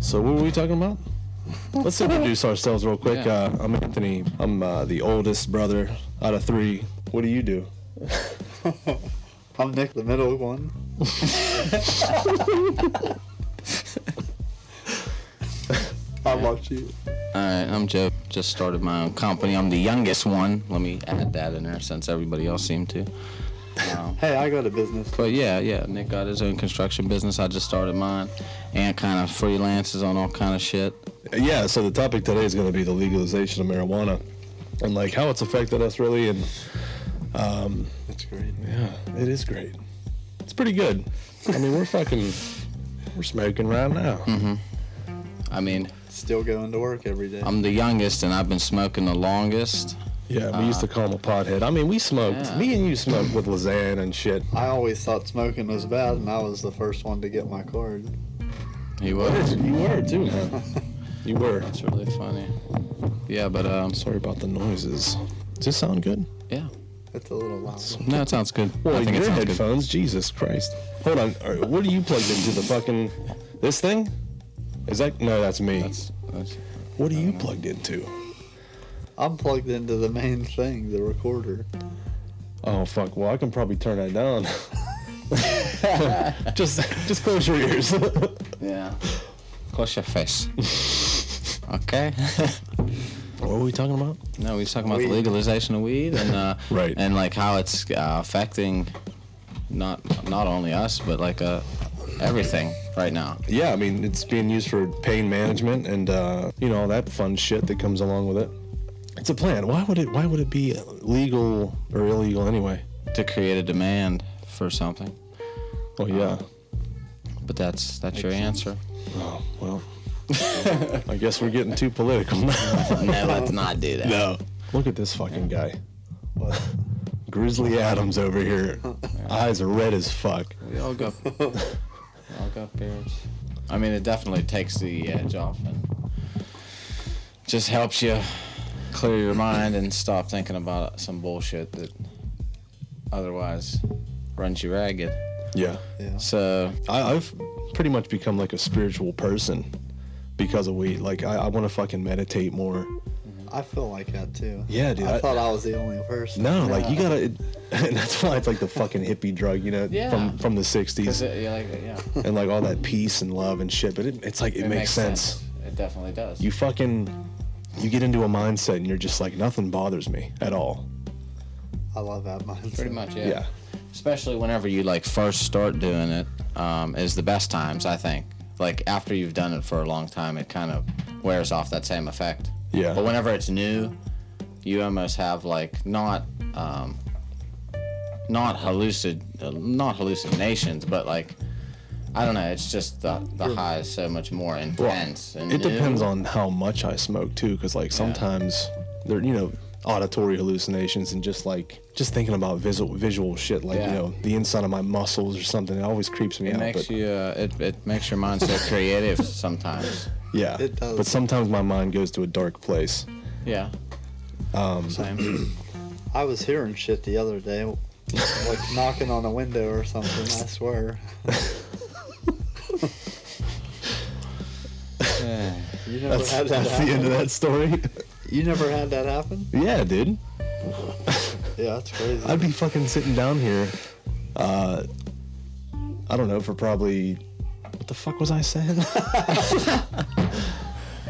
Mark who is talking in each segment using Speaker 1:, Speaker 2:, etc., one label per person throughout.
Speaker 1: So what were we talking about? Let's introduce ourselves real quick.
Speaker 2: Yeah.
Speaker 1: Uh, I'm Anthony. I'm uh, the oldest brother out of three. What do you do?
Speaker 3: I'm Nick, the middle one. I watch you.
Speaker 2: All right, I'm Joe. Just started my own company. I'm the youngest one. Let me add that in there since everybody else seemed to. Um,
Speaker 3: Hey, I got a business.
Speaker 2: but yeah, yeah, Nick got his own construction business. I just started mine. And kind of freelances on all kind of shit.
Speaker 1: Yeah. So the topic today is going to be the legalization of marijuana and like how it's affected us really. And
Speaker 3: That's great.
Speaker 1: yeah, it is great. It's pretty good. I mean, we're fucking we're smoking right now.
Speaker 2: Mm-hmm. I mean,
Speaker 3: Still going to work every day.
Speaker 2: I'm the youngest and I've been smoking the longest.
Speaker 1: Yeah, we used to call him a pothead. I mean, we smoked.
Speaker 2: Uh. Yeah.
Speaker 1: Me and you smoked with Lazan and shit.
Speaker 3: I always thought smoking was bad, and I was the first one to get my card.
Speaker 2: He was.
Speaker 1: You were too, man. You were.
Speaker 2: That's really funny. Yeah, but um,
Speaker 1: Sorry about the noises. Does this sound good?
Speaker 2: yeah.
Speaker 3: It's a little loud.
Speaker 2: No, it sounds good.
Speaker 1: Well,
Speaker 2: I think
Speaker 1: your
Speaker 2: it sounds good.
Speaker 1: headphones, Jesus Christ. Hold on. All right, What are you plugged into? The fucking this thing? Is that no? That's uh, me.
Speaker 2: That's, that's,
Speaker 1: what are you plugged into?
Speaker 3: I'm plugged into the main thing, the recorder.
Speaker 1: Oh fuck. Well, I can probably turn that down. just, just close your ears. what
Speaker 2: yeah. Close your face. okay.
Speaker 1: were we talking about?
Speaker 2: No, we was talking about the
Speaker 3: Weed.
Speaker 2: legalization of weed and uh,
Speaker 1: Right.
Speaker 2: and like how it's uh, affecting not not only us but like uh, everything right now.
Speaker 1: Yeah, I mean it's being used for pain management and uh, you know all that fun shit that comes along with it. It's a plan. Why would it? Why would it be legal or illegal anyway?
Speaker 2: To create a demand for something,
Speaker 1: Oh yeah.
Speaker 2: but that's that's your answer.
Speaker 1: Oh well. I guess we're getting too political now.
Speaker 2: no, let's not do that.
Speaker 1: no. Look at this fucking guy,
Speaker 3: But
Speaker 1: Grizzly Adams over here. Eyes are red as fuck.
Speaker 2: We all got we all got beards. I mean, it definitely takes the edge off and just helps you clear your mind and stop thinking about some bullshit that otherwise runs you ragged.
Speaker 1: Yeah.
Speaker 3: yeah,
Speaker 2: So
Speaker 1: I, I've pretty much become like a spiritual person because of weed. Like I, I want to fucking meditate more.
Speaker 3: I feel like that too.
Speaker 1: Yeah, dude,
Speaker 3: I,
Speaker 1: I-
Speaker 3: thought I was the only person.
Speaker 1: No, like you gotta. It, and that's why it's like the fucking hippie drug, you know,
Speaker 2: Yeah.
Speaker 1: from from the
Speaker 2: because
Speaker 1: '60s,
Speaker 2: you like yeah,
Speaker 1: and like all that peace and love and shit. But it, it's like it, makes, sense.
Speaker 2: It definitely does.
Speaker 1: You fucking, you get into a mindset and you're just like nothing bothers me at all.
Speaker 3: I love that mindset.
Speaker 2: pretty much
Speaker 1: Yeah.
Speaker 2: yeah. especially whenever you like first start doing it um, is the best times i think like after you've done it for a long time it kind of wears off that same effect
Speaker 1: Yeah.
Speaker 2: but whenever it's new you almost have like not um, not hallucid uh, not hallucinations but like i don't know it's just the, the high is so much more intense and
Speaker 1: It
Speaker 2: new.
Speaker 1: depends on how much I smoke too, because like sometimes there, you know, auditory hallucinations and just like just thinking about visual visual shit, like you
Speaker 2: Yeah.
Speaker 1: know, the inside of my muscles or something. It always creeps me
Speaker 2: it
Speaker 1: out.
Speaker 2: makes
Speaker 1: but,
Speaker 2: you uh, it, it makes your mind so creative sometimes
Speaker 1: yeah,
Speaker 3: It does.
Speaker 1: But sometimes my mind goes to a dark place.
Speaker 2: yeah um, same
Speaker 3: I was hearing shit the other day, like knocking on a window or something. I swear.
Speaker 2: Yeah.
Speaker 3: You never
Speaker 1: That's,
Speaker 3: had that
Speaker 1: that's
Speaker 3: happen.
Speaker 1: the end of that story.
Speaker 3: You never had that happen?
Speaker 1: yeah, dude.
Speaker 3: Yeah, that's crazy.
Speaker 1: I'd be fucking sitting down here. Uh, I don't know for probably. What the fuck was I saying?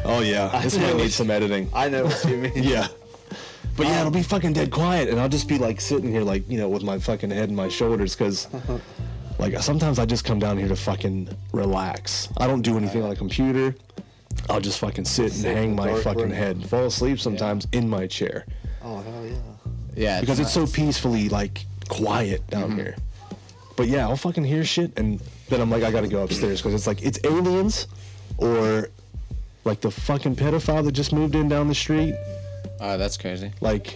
Speaker 1: oh yeah, this might need some editing.
Speaker 3: I know what you mean.
Speaker 1: Yeah. But
Speaker 3: Um,
Speaker 1: yeah, it'll be fucking dead quiet, and I'll just be like sitting here, like you know, with my fucking head in my shoulders, because like sometimes I just come down here to fucking relax. I don't do anything on a computer. I'll just fucking sit and
Speaker 3: Sit in
Speaker 1: hang
Speaker 3: the
Speaker 1: my
Speaker 3: dark
Speaker 1: fucking
Speaker 3: room.
Speaker 1: head, fall asleep sometimes in my chair.
Speaker 3: Oh hell yeah.
Speaker 2: yeah
Speaker 1: because it's
Speaker 2: nice.
Speaker 1: so peacefully like quiet down
Speaker 3: Mm-hmm.
Speaker 1: here. But yeah, I'll fucking hear shit, and then I'm like, I gotta go upstairs because it's like it's aliens, or like the fucking pedophile that just moved in down the street.
Speaker 2: Oh, that's crazy.
Speaker 1: Like,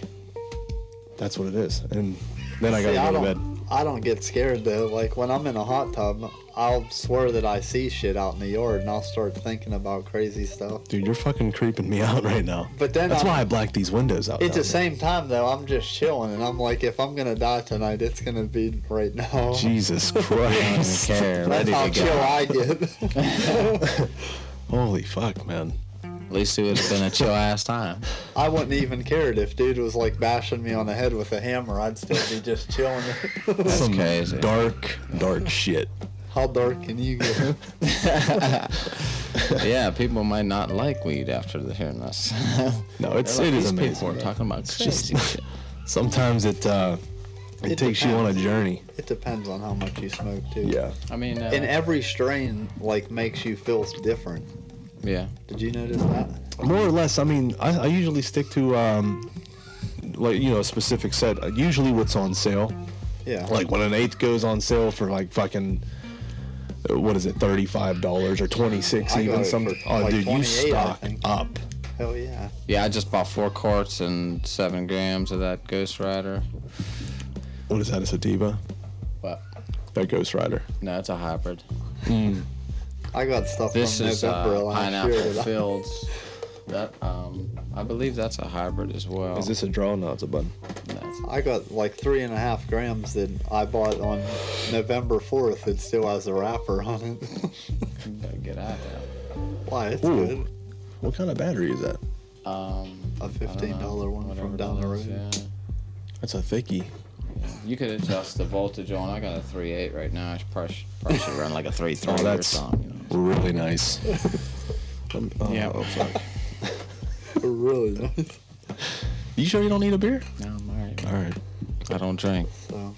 Speaker 1: that's what it is. And then I gotta
Speaker 3: See, I
Speaker 1: go to bed.
Speaker 3: don't, I don't get scared though. Like when I'm in a hot tub, I'll swear that I see shit out in the yard, and I'll start thinking about crazy stuff.
Speaker 1: Dude, you're fucking creeping me out right now.
Speaker 3: But then
Speaker 1: that's
Speaker 3: I'm-
Speaker 1: why I black these windows out.
Speaker 3: At
Speaker 1: down
Speaker 3: the
Speaker 1: here.
Speaker 3: same time though, I'm just chilling, and I'm like, if I'm gonna die tonight, it's gonna be right now.
Speaker 1: Jesus
Speaker 2: I don't even
Speaker 1: Christ.
Speaker 2: care.
Speaker 3: That's
Speaker 2: Ready
Speaker 3: how
Speaker 2: to
Speaker 3: chill
Speaker 2: go.
Speaker 3: I get.
Speaker 1: Holy fuck, man.
Speaker 2: At least it would have been a chill ass time.
Speaker 3: I wouldn't even cared if dude was like bashing me on the head with a hammer. I'd still be just chilling.
Speaker 2: That's crazy.
Speaker 1: Dark, dark shit.
Speaker 3: How dark can you get?
Speaker 2: yeah, people might not like weed after the- hearing this.
Speaker 1: No, it's
Speaker 2: They're
Speaker 1: it
Speaker 2: like,
Speaker 1: is
Speaker 2: These
Speaker 1: amazing.
Speaker 2: people are talking about crazy shit.
Speaker 1: Sometimes it uh, it,
Speaker 3: It
Speaker 1: takes you on a
Speaker 3: depends.
Speaker 1: journey.
Speaker 3: It depends on how much you smoke too.
Speaker 2: I mean, uh,
Speaker 3: And every strain like makes you feel different. e-
Speaker 2: yeah,
Speaker 3: Did you notice that?
Speaker 1: More or less. I mean, I, I usually stick to um, like you know a specific set. Usually, what's on sale.
Speaker 3: Yeah.
Speaker 1: Like when an eighth goes on sale for like fucking. uh, What is it, thirty-five dollars or twenty-six
Speaker 3: I got
Speaker 1: even?
Speaker 3: it
Speaker 1: Some
Speaker 3: for,
Speaker 1: oh,
Speaker 3: like,
Speaker 1: dude, you
Speaker 3: 28, I
Speaker 1: stock
Speaker 3: think.
Speaker 1: up.
Speaker 3: hell yeah.
Speaker 2: yeah. I just bought four quarts and seven grams of that Ghost Rider.
Speaker 1: What is that, a sativa?
Speaker 2: What?
Speaker 1: That Ghost Rider.
Speaker 2: No, it's a hybrid.
Speaker 3: I got stuff
Speaker 2: This
Speaker 3: from
Speaker 2: is
Speaker 3: November
Speaker 2: uh,
Speaker 3: last year.
Speaker 2: pineapple
Speaker 3: That I,
Speaker 2: fields. That um, I believe that's a hybrid as well.
Speaker 1: Is this a draw? No, it's a bud.
Speaker 2: That's-
Speaker 3: I got like three and a half grams that I bought on November 4th. It still has a wrapper on it.
Speaker 2: you gotta get out there.
Speaker 3: Why? It's
Speaker 1: Ooh.
Speaker 3: good.
Speaker 1: What kind of battery is that?
Speaker 2: Um,
Speaker 3: A
Speaker 2: I don't know,
Speaker 3: $15 one
Speaker 2: whatever
Speaker 3: from down the
Speaker 2: that is,
Speaker 3: road.
Speaker 2: yeah.
Speaker 1: That's a thickie.
Speaker 2: You could adjust the voltage on. I got a 3.8 right now. I should probably, probably should run like a 3.3
Speaker 1: Oh,
Speaker 2: or
Speaker 1: that's-
Speaker 2: something. You know?
Speaker 1: Really nice. Um, oh,
Speaker 2: Yeah.
Speaker 1: oh, fuck.
Speaker 3: really nice.
Speaker 1: You sure you don't need a beer?
Speaker 2: No, I'm all right.
Speaker 1: All right.
Speaker 2: I don't drink
Speaker 3: So,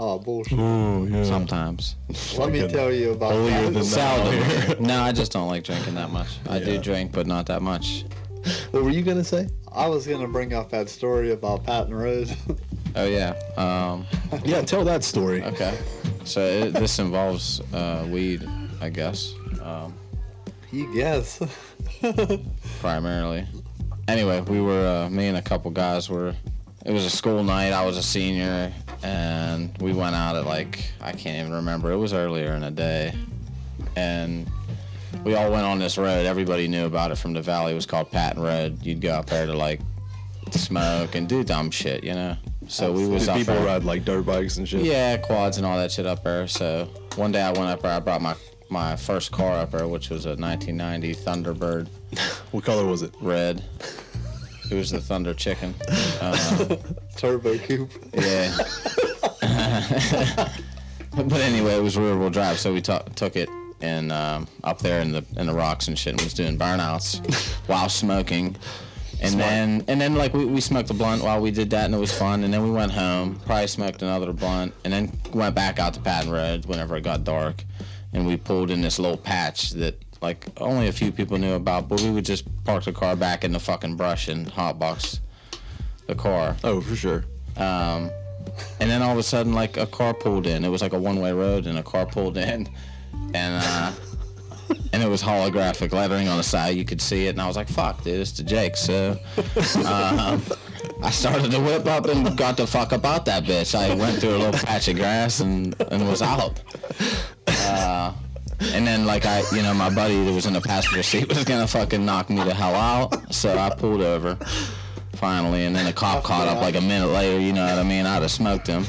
Speaker 3: oh, bullshit.
Speaker 1: Oh yeah.
Speaker 2: sometimes.
Speaker 3: Let me
Speaker 1: fucking
Speaker 3: tell you about
Speaker 1: holier than
Speaker 3: that.
Speaker 1: Seldom.
Speaker 2: no, I just don't like drinking that much. I do
Speaker 1: Yeah.
Speaker 2: drink, but not that much.
Speaker 1: What were you gonna say?
Speaker 3: I was gonna bring up that story about Patton Road.
Speaker 2: Oh yeah. Um,
Speaker 1: Yeah, tell that story.
Speaker 2: okay. So it, this involves uh, weed, I guess, um,
Speaker 3: you guess.
Speaker 2: primarily. Anyway, we were uh, me and a couple guys were. It was a school night. I was a senior, and we went out at like I can't even remember. It was earlier in the day, and we all went on this road. Everybody knew about it from the valley. It was called Patton Road. You'd go up there to like smoke and do dumb shit, you know. So we was
Speaker 1: Did
Speaker 2: up
Speaker 1: people
Speaker 2: there.
Speaker 1: ride like dirt bikes and shit?
Speaker 2: Yeah, quads and all that shit up there. So one day I went up there. I brought my my first car up there, which was a 1990 Thunderbird
Speaker 1: What color was it?
Speaker 2: Red. It was the Thunder Chicken.
Speaker 3: Turbo coupe.
Speaker 2: Yeah. but anyway, it was rear wheel drive, so we took took it and um, up there in the in the rocks and shit, and was doing burnouts while smoking. And then and then like we, we smoked a blunt while we did that, and it was fun. And then we went home, probably smoked another blunt, and then went back out to Patton Road whenever it got dark, and we pulled in this little patch that. Like only a few people knew about, but we would just park the car back in the fucking brush and hotbox the car.
Speaker 1: Oh, for sure.
Speaker 2: And then all of a sudden, like a car pulled in. It was like a one-way road, and a car pulled in, and uh, and it was holographic lettering on the side. You could see it, and I was like, "Fuck, dude, it's the Jake." So um, I started to whip up and got the fuck up out that bitch. I went through a little patch of grass and and was out. Uh, And then, like I, you know, my buddy that was in the passenger seat was gonna fucking knock me the hell out, so I pulled over, finally. And then the cop caught up like a minute later. You know what I mean? I'd have smoked him,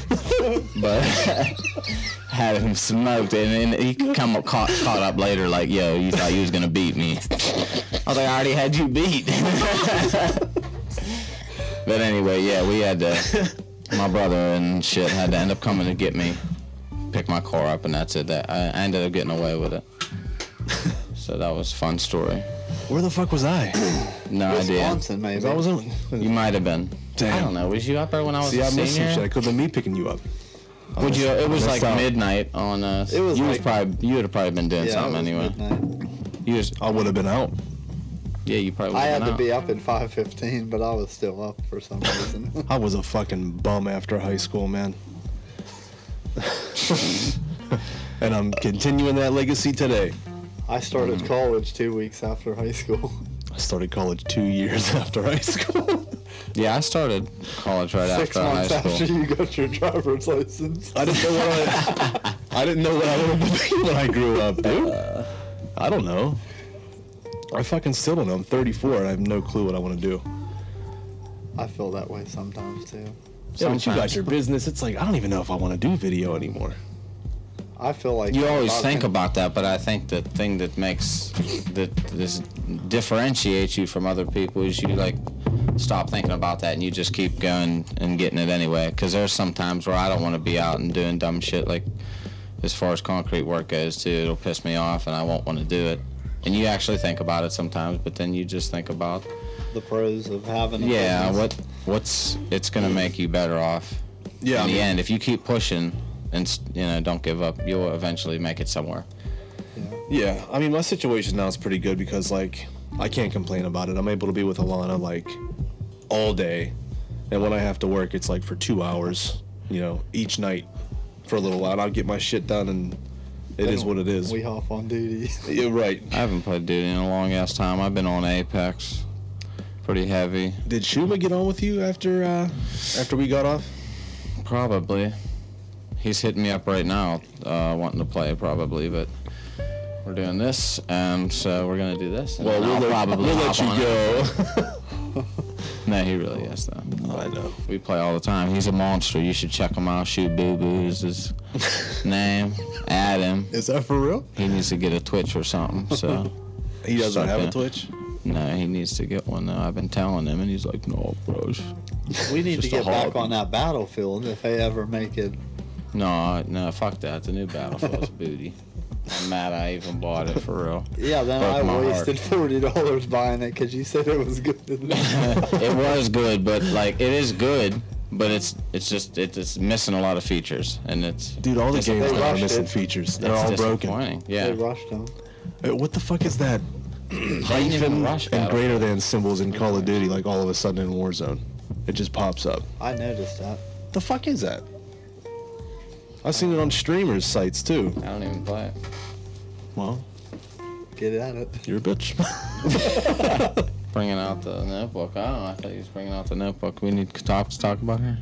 Speaker 2: but had him smoked, and then he come up, caught caught up later. Like, yo, you thought you was gonna beat me? I was like, I already had you beat. but anyway, yeah, we had to. My brother and shit had to end up coming to get me pick my car up, and that's it. That I I ended up getting away with it. so that was a fun story.
Speaker 1: Where the fuck was I?
Speaker 2: No idea.
Speaker 3: Wisconsin, maybe.
Speaker 1: I was in.
Speaker 2: You might have been. I
Speaker 1: Damn.
Speaker 2: don't know. Was you up there when I was
Speaker 1: See,
Speaker 2: a
Speaker 1: I missed some shit.
Speaker 2: senior?
Speaker 1: It could have been me picking you up.
Speaker 2: Would you? It was
Speaker 1: I
Speaker 2: like
Speaker 1: missed out.
Speaker 2: midnight on us.
Speaker 3: It was
Speaker 2: you was
Speaker 3: like-
Speaker 2: probably you would have probably been doing
Speaker 3: yeah, it
Speaker 2: something
Speaker 3: was
Speaker 2: anyway.
Speaker 3: midnight.
Speaker 2: You was
Speaker 1: I would have been out.
Speaker 2: yeah. You probably.
Speaker 3: I
Speaker 2: would've
Speaker 3: had
Speaker 2: been
Speaker 3: to
Speaker 2: out.
Speaker 3: be up at 5:15, but I was still up for some reason.
Speaker 1: I was a fucking bum after high school, man. and I'm continuing that legacy today.
Speaker 3: I started
Speaker 2: Mm-hmm.
Speaker 3: college two weeks after high school.
Speaker 1: I started college two years after high school.
Speaker 2: Yeah, I started college right
Speaker 3: Six
Speaker 2: after high
Speaker 3: months
Speaker 2: school.
Speaker 3: after you got your driver's license.
Speaker 1: I didn't know what I, I didn't know what I wanted to be when I grew up, dude. I don't know. I fucking still don't know. I'm 34 and I have no clue what I want to do.
Speaker 3: I feel that way sometimes too.
Speaker 1: Yeah, but you got
Speaker 2: Sometimes.
Speaker 1: your business. It's like I don't even know if I want to do video anymore.
Speaker 3: I feel like
Speaker 2: You always
Speaker 3: about
Speaker 2: think
Speaker 3: con-
Speaker 2: about that, but I think the thing that makes that this differentiates you from other people is you like stop thinking about that and you just keep going and getting it anyway. Because there's some times where I don't want to be out and doing dumb shit like as far as concrete work goes too. It'll piss me off and I won't want to do it. And you actually think about it sometimes, but then you just think about
Speaker 3: the pros of having. A
Speaker 2: yeah,
Speaker 3: business.
Speaker 2: what what's it's gonna make you better off
Speaker 1: Yeah,
Speaker 2: in
Speaker 1: I
Speaker 2: the
Speaker 1: mean-
Speaker 2: end if you keep pushing and s- you know don't give up you'll eventually make it somewhere
Speaker 1: Yeah, I mean, my situation now is pretty good because, like, I can't complain about it. I'm able to be with Alana, like, all day. And when I have to work, it's like for two hours, you know, each night for a little while. And I'll get my shit done, and it is what it is.
Speaker 3: We hop on duty.
Speaker 1: You're right.
Speaker 2: I haven't played duty in a long ass time. I've been on Apex, pretty heavy.
Speaker 1: Did Shuma get on with you after uh, after we got off?
Speaker 2: Probably. He's hitting me up right now, uh, wanting to play probably, but we're doing this, and so we're gonna do this.
Speaker 1: Oh,
Speaker 2: and I'll probably hop on it. No, he really is though.
Speaker 1: I know.
Speaker 2: We play all the time. He's a monster. You should check him out. Shoot Boo Boo is his name. Add him.
Speaker 1: Is that for real?
Speaker 2: He needs to get a Twitch or something. So.
Speaker 1: He doesn't have
Speaker 2: Okay.
Speaker 1: a Twitch.
Speaker 2: No, he needs to get one though. I've been telling him, and he's like, "No, bros,
Speaker 3: we need to
Speaker 2: Just a
Speaker 3: get back
Speaker 2: hobby.
Speaker 3: on that battlefield if they ever make it.
Speaker 2: No, no, fuck that. The new Battlefield's booty. I'm mad I even bought it for real.
Speaker 3: Yeah, then
Speaker 2: Broke my
Speaker 3: I
Speaker 2: heart.
Speaker 3: wasted forty dollars buying it because you said it was good.
Speaker 2: it was good, but like it is good, but it's it's just it, it's missing a lot of features, and it's
Speaker 1: Dude, all the
Speaker 2: Just-
Speaker 1: games
Speaker 3: they
Speaker 1: now are
Speaker 3: rushed
Speaker 1: missing
Speaker 3: it.
Speaker 1: features. They're
Speaker 2: it's
Speaker 1: all broken.
Speaker 2: disappointing.
Speaker 3: They
Speaker 2: Yeah,
Speaker 3: rushed them.
Speaker 1: Hey, What the fuck is that?
Speaker 2: They didn't even rush
Speaker 1: and
Speaker 2: Battle-
Speaker 1: greater than symbols in Call of Duty, like all of a sudden in Warzone. It just pops up.
Speaker 3: I noticed that.
Speaker 1: The fuck is that? I've seen it on streamers' sites too.
Speaker 2: I don't even play it.
Speaker 1: Well,
Speaker 3: Get at it.
Speaker 1: you're a bitch.
Speaker 2: Bringing out the notebook. I don't know. I thought he was bringing out the notebook. We need topics to talk about here.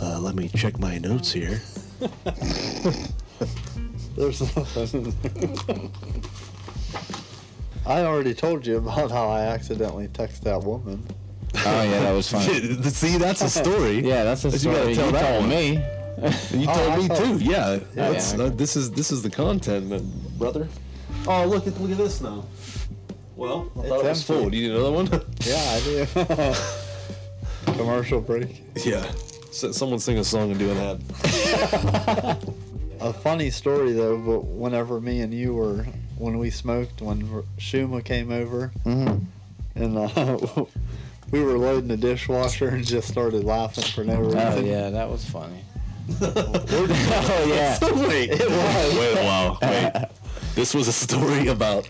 Speaker 1: uh, let me check my notes here.
Speaker 3: There's nothing. I already told you about how I accidentally texted that woman.
Speaker 2: Oh yeah, that was funny.
Speaker 1: See, that's a story.
Speaker 2: yeah, that's a
Speaker 1: But you gotta
Speaker 2: story you,
Speaker 1: tell that
Speaker 2: told
Speaker 1: one.
Speaker 2: me.
Speaker 1: you
Speaker 3: Oh,
Speaker 1: told
Speaker 3: I
Speaker 1: me
Speaker 3: thought-
Speaker 1: too. Yeah,
Speaker 2: Yeah,
Speaker 1: that's-
Speaker 2: yeah, okay.
Speaker 1: uh, this is this is the content, man, brother. Oh, look at look at this now. Well, I
Speaker 3: thought it was full.
Speaker 1: Do you need another one?
Speaker 3: Yeah, I do. Commercial break.
Speaker 1: yeah. S- someone sing a song and do an ad.
Speaker 3: A funny story though, but whenever me and you were, when we smoked, when R- Shuma came over,
Speaker 1: Mm-hmm.
Speaker 3: and uh, we were loading the dishwasher and just started laughing for no reason.
Speaker 2: Oh yeah, that was funny.
Speaker 3: oh yeah.
Speaker 1: Wait, it was. Wait, wow. Wait. This was a story about.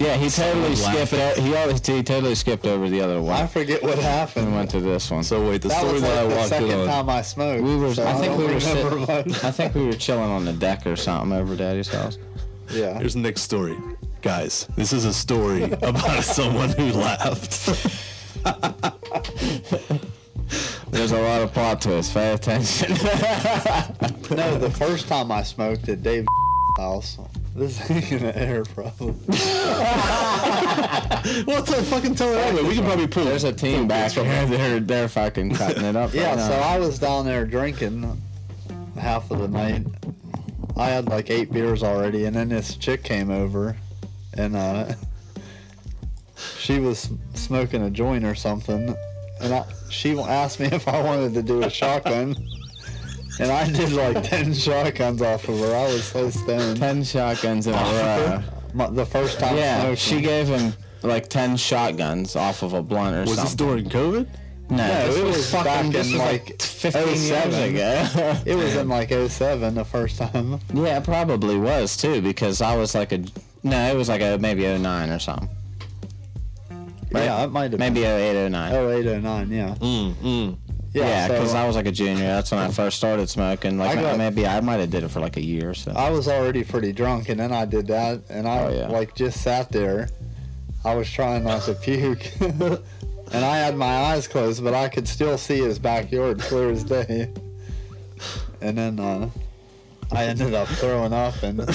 Speaker 2: Yeah, he totally
Speaker 1: laugh.
Speaker 2: skipped. o- He always he totally skipped over the other
Speaker 3: I
Speaker 2: one
Speaker 3: forget what
Speaker 2: and
Speaker 3: happened.
Speaker 2: went to this one.
Speaker 1: So wait, the
Speaker 3: That
Speaker 1: story
Speaker 3: was
Speaker 1: that I
Speaker 3: like the
Speaker 1: walked in
Speaker 3: second
Speaker 1: on.
Speaker 3: time I smoked.
Speaker 2: We were.
Speaker 3: so
Speaker 2: I think
Speaker 3: don't
Speaker 2: we were
Speaker 3: remember
Speaker 2: sitting.
Speaker 3: much.
Speaker 2: I think we were chilling on the deck or something over Daddy's house.
Speaker 3: Yeah.
Speaker 1: Here's Nick's story, guys. This is a story about someone who laughed.
Speaker 2: There's a lot of plot twists. Pay attention.
Speaker 3: No, the first time I smoked at Dave's house, this ain't in the air probably.
Speaker 1: what the fucking tell her? Anyway, we can probably pull.
Speaker 2: There's a team back here. They're they're fucking cutting it up.
Speaker 3: Yeah,
Speaker 2: right
Speaker 3: so
Speaker 2: now.
Speaker 3: I was down there drinking half of the night. I had like eight beers already, and then this chick came over, and uh, she was smoking a joint or something, and I, she asked me if I wanted to do a shotgun, and I did like ten shotguns off of her. I was so stoned.
Speaker 2: ten shotguns in a row.
Speaker 3: My, the first time
Speaker 2: Yeah,
Speaker 3: smoking.
Speaker 2: she gave him like ten shotguns off of a blunt or
Speaker 1: Was this during
Speaker 2: something.
Speaker 1: COVID?
Speaker 2: no,
Speaker 3: Yeah,
Speaker 2: this
Speaker 3: it
Speaker 2: was,
Speaker 3: was back
Speaker 2: fucking.
Speaker 3: in,
Speaker 2: This was like,
Speaker 3: like,
Speaker 2: 15
Speaker 1: oh
Speaker 2: years
Speaker 3: 07.
Speaker 2: ago.
Speaker 3: It was in like 07 the first time.
Speaker 2: Yeah, it probably was too because I was like a no, it was like a maybe 09 or something. Right.
Speaker 3: Yeah, it might have
Speaker 2: Maybe 08, 09.
Speaker 3: 08, 09, yeah.
Speaker 1: Mm, mm.
Speaker 2: Yeah,
Speaker 3: Oh, so uh,
Speaker 2: because I was like a junior. That's when I first started smoking. Like
Speaker 3: I got- Uh,
Speaker 2: maybe I might have did it for like a year or so.
Speaker 3: I was already pretty drunk, and then I did that, and I
Speaker 2: Oh, yeah.
Speaker 3: like just sat there. I was trying not to puke, and I had my eyes closed, but I could still see his backyard clear as day. And then uh, I ended up throwing up, and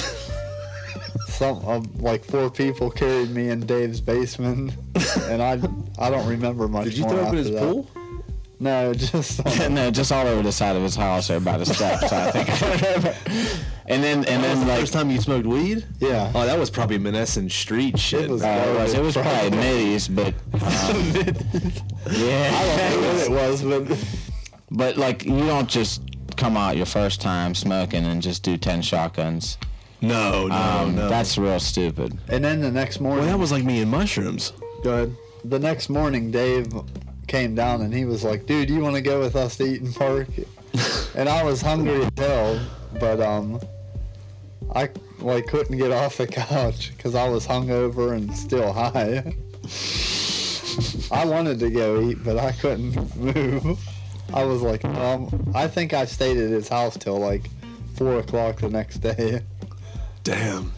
Speaker 3: some um, like four people carried me in Dave's basement, and I I don't remember much.
Speaker 1: Did you
Speaker 3: more
Speaker 1: throw up in
Speaker 3: after
Speaker 1: his
Speaker 3: that.
Speaker 1: pool?
Speaker 3: No, just.
Speaker 2: uh, no, just all over the side of his house or by the steps. I think I remember. And then and
Speaker 1: That was
Speaker 2: then
Speaker 1: the
Speaker 2: like
Speaker 1: first time you smoked weed?
Speaker 3: Yeah.
Speaker 1: Oh, that was probably Menneson Street shit.
Speaker 3: was-
Speaker 2: uh, it was it was probably middies, but um,
Speaker 3: I don't know what
Speaker 2: yeah,
Speaker 3: it was, but
Speaker 2: but like you don't just come out your first time smoking and just do ten shotguns.
Speaker 1: no, no, Oh,
Speaker 2: Um,
Speaker 1: no.
Speaker 2: That's real stupid.
Speaker 3: and then the next morning,
Speaker 1: well, that was like me and mushrooms.
Speaker 3: Go ahead. The next morning, Dave came down and he was like, "Dude, you want to go with us to Eaton Park?" and I was hungry as hell, but um, I like couldn't get off the couch because I was hungover and still high. I wanted to go eat, but I couldn't move. I was like, um, I think I stayed at his house till like four o'clock the next day.
Speaker 1: Damn.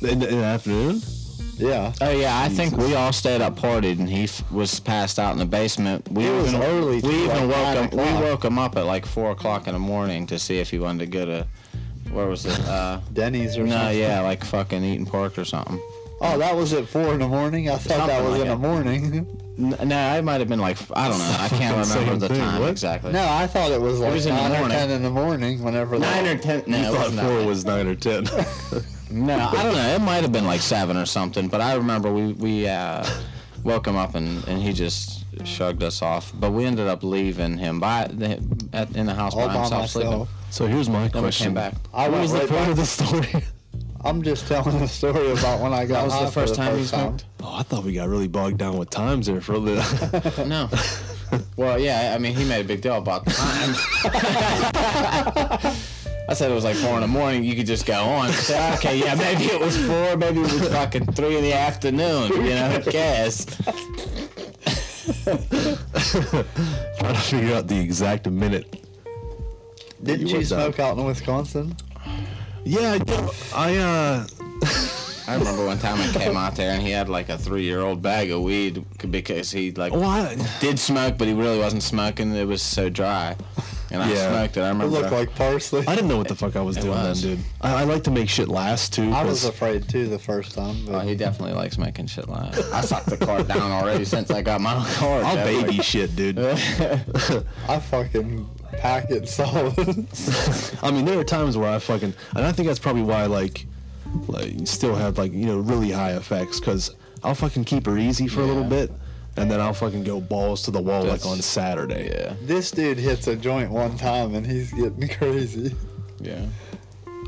Speaker 1: in, the, in the afternoon?
Speaker 3: Yeah,
Speaker 2: Oh yeah, I think we all stayed up partied, and he f- was passed out in the basement. We
Speaker 3: It was
Speaker 2: even,
Speaker 3: early,
Speaker 2: We
Speaker 3: too,
Speaker 2: even
Speaker 3: like nine
Speaker 2: woke him. We
Speaker 3: o'clock.
Speaker 2: woke him up at like four o'clock in the morning to see if he wanted to go to where was it? Uh,
Speaker 3: Denny's or
Speaker 2: no,
Speaker 3: something.
Speaker 2: yeah, like fucking Eaton Park or something.
Speaker 3: Oh, that was at four in the morning. I thought that was
Speaker 2: Something
Speaker 3: in
Speaker 2: like that.
Speaker 3: the morning.
Speaker 2: N- No, it might have been like I don't know. I can't
Speaker 1: Fucking
Speaker 2: remember
Speaker 1: same
Speaker 2: the
Speaker 1: thing,
Speaker 2: time
Speaker 1: what?
Speaker 2: exactly.
Speaker 3: No, I thought it was like
Speaker 2: was in the
Speaker 3: nine or
Speaker 2: morning.
Speaker 3: ten in the morning. Whenever
Speaker 2: nine
Speaker 3: that,
Speaker 2: or ten. No,
Speaker 1: I
Speaker 2: it
Speaker 1: thought
Speaker 2: wasn't that
Speaker 1: four
Speaker 2: late.
Speaker 1: was nine or ten.
Speaker 2: No, I don't know. It might have been like seven or something, but I remember we we uh, woke him up and, and he just shrugged us off. But we ended up leaving him by the, at, in the house
Speaker 3: all
Speaker 2: by,
Speaker 3: by
Speaker 2: himself
Speaker 3: myself.
Speaker 2: sleeping.
Speaker 1: so here's my
Speaker 2: Then we
Speaker 1: question.
Speaker 2: came back.
Speaker 3: I
Speaker 1: What
Speaker 3: went
Speaker 1: was the
Speaker 3: right
Speaker 1: point
Speaker 3: back.
Speaker 1: of the story?
Speaker 3: I'm just telling a story about when I got.
Speaker 2: That was
Speaker 3: high
Speaker 2: the
Speaker 3: for
Speaker 2: first time he
Speaker 3: first
Speaker 2: smoked.
Speaker 1: Oh, I thought we got really bogged down with times there for a little.
Speaker 2: No. Well, yeah. I mean, he made a big deal about the time. I said it was like four in the morning. You could just go on. I said, okay, yeah, maybe it was four, maybe it was fucking three in the afternoon. You know, who cares?
Speaker 1: Trying to figure out the exact minute.
Speaker 3: Didn't
Speaker 1: You
Speaker 3: you,
Speaker 1: were
Speaker 3: smoke out in Wisconsin?
Speaker 1: Yeah, I, did. I uh,
Speaker 2: I remember one time I came out there and he had like a three-year-old bag of weed because he like
Speaker 1: well, I,
Speaker 2: did smoke, but he really wasn't smoking. It was so dry, and I
Speaker 1: Yeah.
Speaker 2: smoked it. I
Speaker 3: It
Speaker 2: remember.
Speaker 3: looked like parsley.
Speaker 1: I didn't know what the fuck I was
Speaker 2: It
Speaker 1: doing
Speaker 2: was.
Speaker 1: then, dude. I, I like to make shit last too.
Speaker 3: I
Speaker 1: 'cause-
Speaker 3: was afraid too the first time.
Speaker 2: Oh,
Speaker 3: But
Speaker 2: he definitely likes making shit live. I sucked the card down already since I got my own card.
Speaker 1: I'll
Speaker 2: That was
Speaker 1: baby shit, dude.
Speaker 3: I fucking pack it solid.
Speaker 1: I mean, there are times where I fucking, and I think that's probably why, like, like still have like you know really high effects because I'll fucking keep her easy for a little
Speaker 2: Yeah.
Speaker 1: bit, and then I'll fucking go balls to the wall
Speaker 2: That's-
Speaker 1: like on Saturday.
Speaker 2: like- yeah,
Speaker 3: this dude hits a joint one time and he's getting crazy.
Speaker 2: yeah.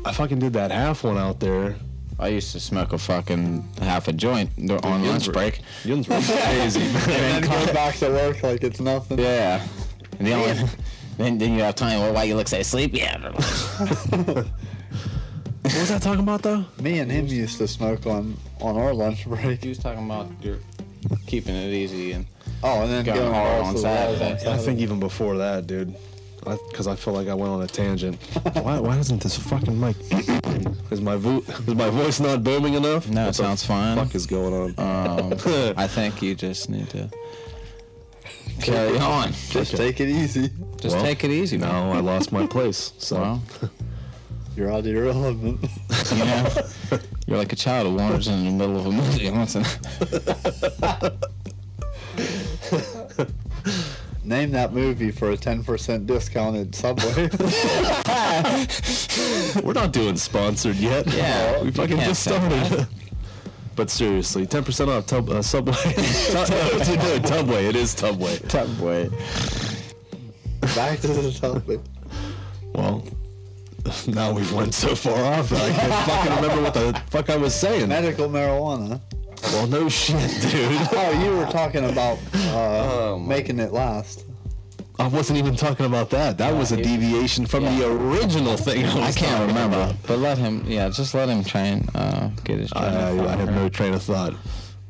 Speaker 1: I fucking did that half one out there.
Speaker 2: I used to smoke a fucking half a joint on lunch break.
Speaker 1: Yin's were crazy.
Speaker 3: And then go back to work like it's nothing.
Speaker 2: Yeah. And the only then, then you have time. Well, why you look so sleepy? Yeah.
Speaker 1: what was I talking about though?
Speaker 3: Me and him used to smoke on on our lunch break.
Speaker 2: He was talking about your keeping it easy and
Speaker 3: Oh, and then
Speaker 2: Going
Speaker 3: going
Speaker 2: hard
Speaker 3: balls
Speaker 2: on
Speaker 3: to the walls
Speaker 2: Saturday.
Speaker 3: on
Speaker 1: I think even before that, dude. Because I, feel like I went on a tangent. why, why isn't this fucking mic? is my vo- is my voice not booming enough?
Speaker 2: No, it
Speaker 1: What the
Speaker 2: sounds fine.
Speaker 1: Fuck is going on?
Speaker 2: Um, I think you just need to carry on.
Speaker 3: Just take it easy.
Speaker 2: Just
Speaker 1: Well,
Speaker 2: take it easy, man.
Speaker 1: No, I lost my place. So
Speaker 2: Well,
Speaker 3: You're out of your element.
Speaker 2: you know, you're like a child who wanders in the middle of a movie once in
Speaker 3: Name that movie for a 10% discount at Subway.
Speaker 1: we're not doing sponsored yet.
Speaker 2: Yeah,
Speaker 1: we
Speaker 2: you
Speaker 1: fucking
Speaker 2: can't
Speaker 1: just
Speaker 2: say that.
Speaker 1: started. But seriously, ten percent off tub, uh, Subway. Tub- no, it's- no, Tubway. It is Tubway.
Speaker 2: Subway.
Speaker 3: Back to the topic.
Speaker 1: Well, now we've went so far off that I can't fucking remember what the fuck I was saying.
Speaker 3: Medical marijuana.
Speaker 1: Well, no shit, dude.
Speaker 3: Oh, you were talking about uh,
Speaker 2: Oh, my.
Speaker 3: making it last.
Speaker 1: I wasn't even talking about that. That was a
Speaker 2: he-
Speaker 1: deviation from the original thing. I,
Speaker 2: I
Speaker 1: was
Speaker 2: can't
Speaker 1: talking
Speaker 2: remember,
Speaker 1: about.
Speaker 2: but let him. Yeah, just let him train. Uh, get his train.
Speaker 1: I,
Speaker 2: of
Speaker 1: I
Speaker 2: thought
Speaker 1: have
Speaker 2: right.
Speaker 1: no train of thought.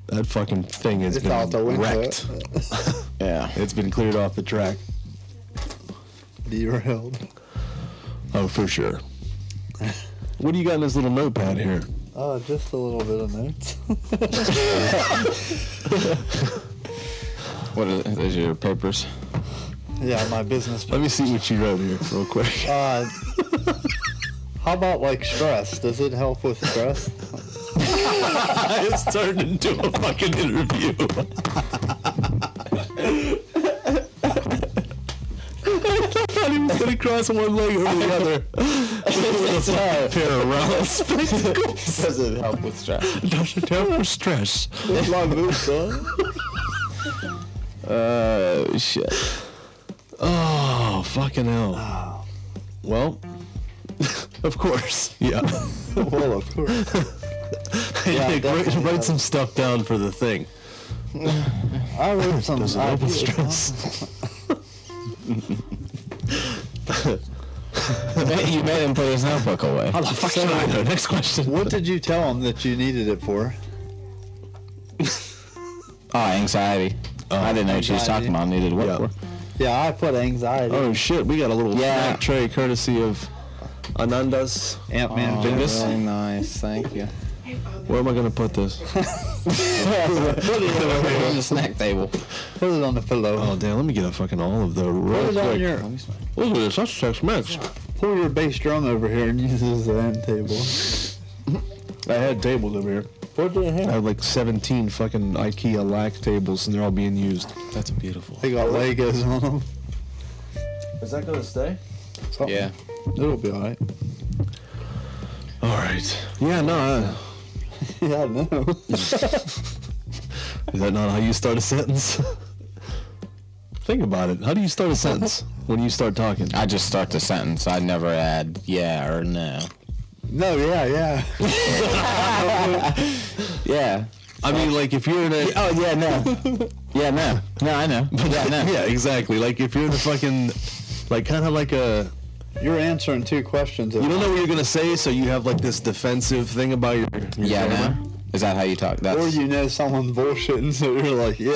Speaker 1: That fucking thing has
Speaker 3: It's
Speaker 1: been
Speaker 3: out the window. Uh,
Speaker 1: wrecked.
Speaker 2: Yeah.
Speaker 1: It's been cleared off the track.
Speaker 3: Derailed.
Speaker 1: Oh, for sure. What do you got in this little notepad here?
Speaker 3: Oh, just a little bit of notes.
Speaker 2: What are those? Your papers?
Speaker 3: yeah, my business.
Speaker 1: Let me see what you wrote here, real quick.
Speaker 3: Uh, how about like stress? Does it help with stress?
Speaker 1: it's turned into a fucking interview. I thought he was gonna cross one leg over the other.
Speaker 2: it's a
Speaker 1: Pair of round spectacles.
Speaker 2: Doesn't help with stress.
Speaker 1: Doesn't help with stress.
Speaker 3: That's my move, son.
Speaker 2: Oh shit.
Speaker 1: Oh, fucking hell. Well, of course. Yeah.
Speaker 3: well, of course.
Speaker 1: yeah,
Speaker 3: Yeah,
Speaker 1: write,
Speaker 3: definitely.
Speaker 1: write some stuff down for the thing.
Speaker 3: I wrote some
Speaker 1: Doesn't help with
Speaker 3: ideas, huh?
Speaker 1: stress.
Speaker 2: you made him put his notebook away.
Speaker 1: How the fuck
Speaker 3: So-
Speaker 1: should I know? Next question.
Speaker 3: What did you tell him that you needed it for?
Speaker 2: Oh, anxiety. I didn't know what she was
Speaker 3: anxiety.
Speaker 2: talking about. Needed what
Speaker 1: Yeah.
Speaker 2: for?
Speaker 3: Yeah, I put anxiety.
Speaker 1: Oh shit, we got a little
Speaker 2: Yeah.
Speaker 1: snack tray courtesy of Ananda's.
Speaker 3: Ant Man
Speaker 1: Dingus?
Speaker 2: Oh, really nice. Thank you.
Speaker 1: Where am I gonna put this?
Speaker 2: on the snack table.
Speaker 3: Put it on the
Speaker 1: Oh
Speaker 3: pillow.
Speaker 1: damn, let me get a fucking olive though real
Speaker 3: Put it on
Speaker 1: quick.
Speaker 3: your.
Speaker 1: Look at this, that's Tex Mex.
Speaker 3: Pull your bass drum over here and use it as the end table.
Speaker 1: I had tables over here.
Speaker 3: What the
Speaker 1: I
Speaker 3: heck?
Speaker 1: had like 17 fucking IKEA lac tables and they're all being used.
Speaker 2: That's beautiful.
Speaker 3: They got Legos on them.
Speaker 1: Is that gonna stay?
Speaker 3: Something.
Speaker 2: Yeah.
Speaker 3: It'll be alright.
Speaker 1: All right. Yeah, no. I-
Speaker 3: yeah, I know.
Speaker 1: Is that not how you start a sentence? Think about it. How do you start a sentence when you start talking?
Speaker 2: I just start the sentence. I never add yeah or no.
Speaker 3: No, yeah, yeah.
Speaker 2: Yeah.
Speaker 1: I mean, like if you're in a
Speaker 2: Oh yeah no. yeah no. No I know. Yeah no.
Speaker 1: yeah, exactly. Like if you're in a fucking like kind of like a
Speaker 3: You're answering two questions.
Speaker 1: you don't know what you're gonna say, so you have like this defensive thing about your, your
Speaker 2: Yeah
Speaker 1: grammar.
Speaker 2: no. Is that how you talk?
Speaker 3: Or
Speaker 2: That's
Speaker 3: you know someone's bullshitting, so you're like, yeah, I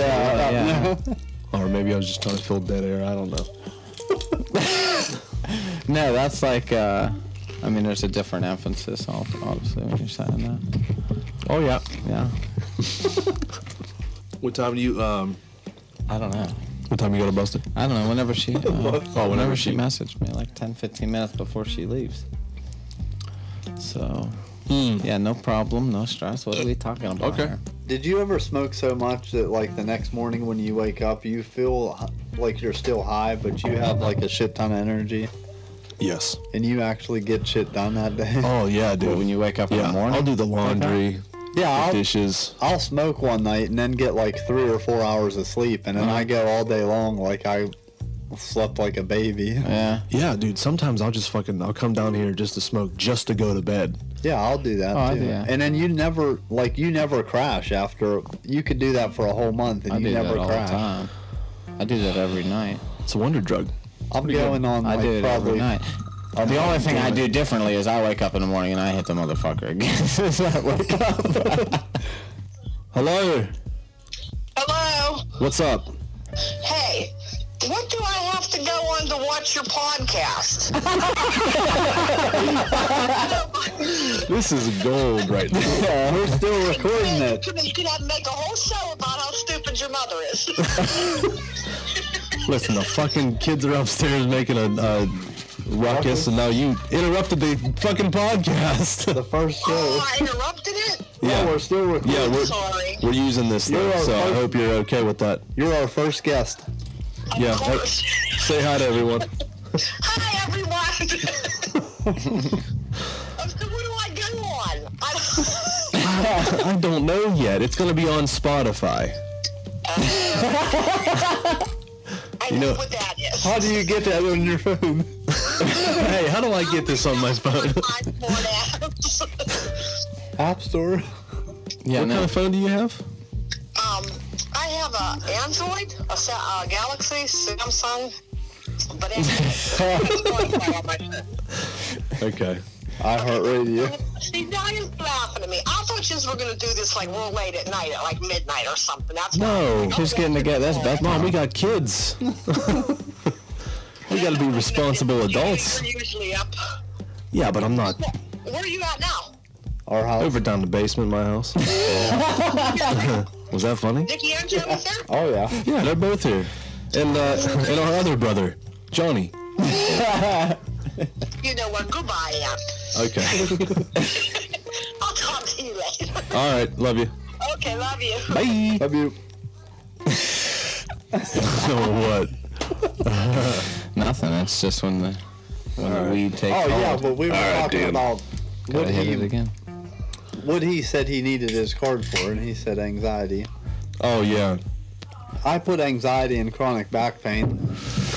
Speaker 2: Yeah,
Speaker 3: don't know.
Speaker 1: Or maybe I was just trying to fill dead air. I don't know.
Speaker 2: no. That's like. uh I mean, there's a different emphasis, ob- obviously, when you're saying that.
Speaker 1: Oh yeah.
Speaker 2: Yeah.
Speaker 1: What time do you um?
Speaker 2: I don't know.
Speaker 1: What time you go to Boston?
Speaker 2: I don't know. Whenever she, uh,
Speaker 1: whenever
Speaker 2: whenever, she,
Speaker 1: she-
Speaker 2: messaged me, like 10, 15 minutes before she leaves. So,
Speaker 3: Hmm.
Speaker 2: yeah, no problem, no stress. What are we talking about?
Speaker 1: Okay.
Speaker 2: here?
Speaker 3: Did you ever smoke so much that like the next morning when you wake up, you feel h- like you're still high, but you have like a shit ton of energy,
Speaker 1: Yes.
Speaker 3: and you actually get shit done that day?
Speaker 1: Oh yeah, dude.
Speaker 2: But when you wake up in
Speaker 1: yeah,
Speaker 2: the morning,
Speaker 1: I'll do the laundry, the
Speaker 3: yeah, I'll,
Speaker 1: dishes.
Speaker 3: I'll smoke one night and then get like three or four hours of sleep, and then
Speaker 2: Uh-huh.
Speaker 3: I go all day long like I slept like a baby.
Speaker 2: yeah.
Speaker 1: Yeah, dude. Sometimes I'll just fucking I'll come down here just to smoke, just to go to bed.
Speaker 3: Yeah, I'll do that
Speaker 2: Oh, I
Speaker 3: too.
Speaker 2: do that.
Speaker 3: And then you never like you never crash after. You could do that for a whole month and
Speaker 2: I
Speaker 3: you
Speaker 2: do
Speaker 3: never
Speaker 2: that all
Speaker 3: crash.
Speaker 2: the time. I do that every night.
Speaker 1: It's a wonder drug.
Speaker 3: I'm going on
Speaker 2: I
Speaker 3: like
Speaker 2: do it
Speaker 3: probably
Speaker 2: every night. The only thing I do differently is I wake up in the morning and I hit the motherfucker again. Since I wake up.
Speaker 1: Hello.
Speaker 4: Hello.
Speaker 1: What's up?
Speaker 4: Hey, what do I have to go on to watch your podcast?
Speaker 1: This is gold right now.
Speaker 3: Yeah, we're still recording it.
Speaker 4: Could I make a whole show about how stupid your mother is?
Speaker 1: Listen, the fucking kids are upstairs making a, a ruckus, and now you interrupted the fucking podcast.
Speaker 3: The first show.
Speaker 4: oh, I interrupted it.
Speaker 3: Yeah,
Speaker 1: Yeah.
Speaker 3: we're still recording.
Speaker 1: yeah, we're
Speaker 4: Sorry.
Speaker 1: we're using this
Speaker 3: You're
Speaker 1: thing,
Speaker 3: our
Speaker 1: so I
Speaker 3: first-
Speaker 1: hope you're okay with that.
Speaker 3: You're our first guest.
Speaker 4: Of
Speaker 1: Yeah, hey-
Speaker 4: course.
Speaker 1: Say hi to everyone.
Speaker 4: Hi, everyone. Uh, so what do I go on? I,
Speaker 1: I don't know yet. It's gonna be on Spotify.
Speaker 4: I
Speaker 1: You
Speaker 4: know,
Speaker 1: know-
Speaker 4: what that is.
Speaker 3: How do you get that on your phone?
Speaker 1: Hey, how do I get this on my phone? what
Speaker 4: I'm for that.
Speaker 3: App Store.
Speaker 2: yeah,
Speaker 1: kind
Speaker 2: no.
Speaker 1: of phone do you have?
Speaker 4: Um, I have a Android, a, Sa- a Galaxy, Samsung, but anyway, it's Spotify on my phone.
Speaker 1: Okay.
Speaker 3: iHeartRadio.
Speaker 4: See, now you're laughing at me. I thought you were gonna do this like real late at night, at like midnight or something. That's why-
Speaker 1: No,
Speaker 2: Just getting together. That's that's
Speaker 1: Mom, we got kids. we gotta be responsible adults.
Speaker 4: You're usually up.
Speaker 1: Yeah, but I'm not
Speaker 4: Where are you at now?
Speaker 3: Our house.
Speaker 1: over down the basement, of my house. Was that funny?
Speaker 4: Nikki and Joe is there?
Speaker 3: Oh yeah.
Speaker 1: Yeah, they're both here. And uh, and our other brother, Johnny.
Speaker 4: You know what? Goodbye, Aunt.
Speaker 1: Okay.
Speaker 4: I'll talk to you later.
Speaker 1: All right. Love you.
Speaker 4: okay, love you.
Speaker 1: Bye.
Speaker 3: Love you.
Speaker 1: so what?
Speaker 2: nothing. It's just when the when the weed takes
Speaker 3: Oh yeah,
Speaker 2: hold.
Speaker 3: but we were talking about what
Speaker 2: Gotta hit it
Speaker 3: he
Speaker 2: again.
Speaker 3: what he said he needed his card for, and he said anxiety.
Speaker 1: Oh yeah,
Speaker 3: I put anxiety and chronic back pain.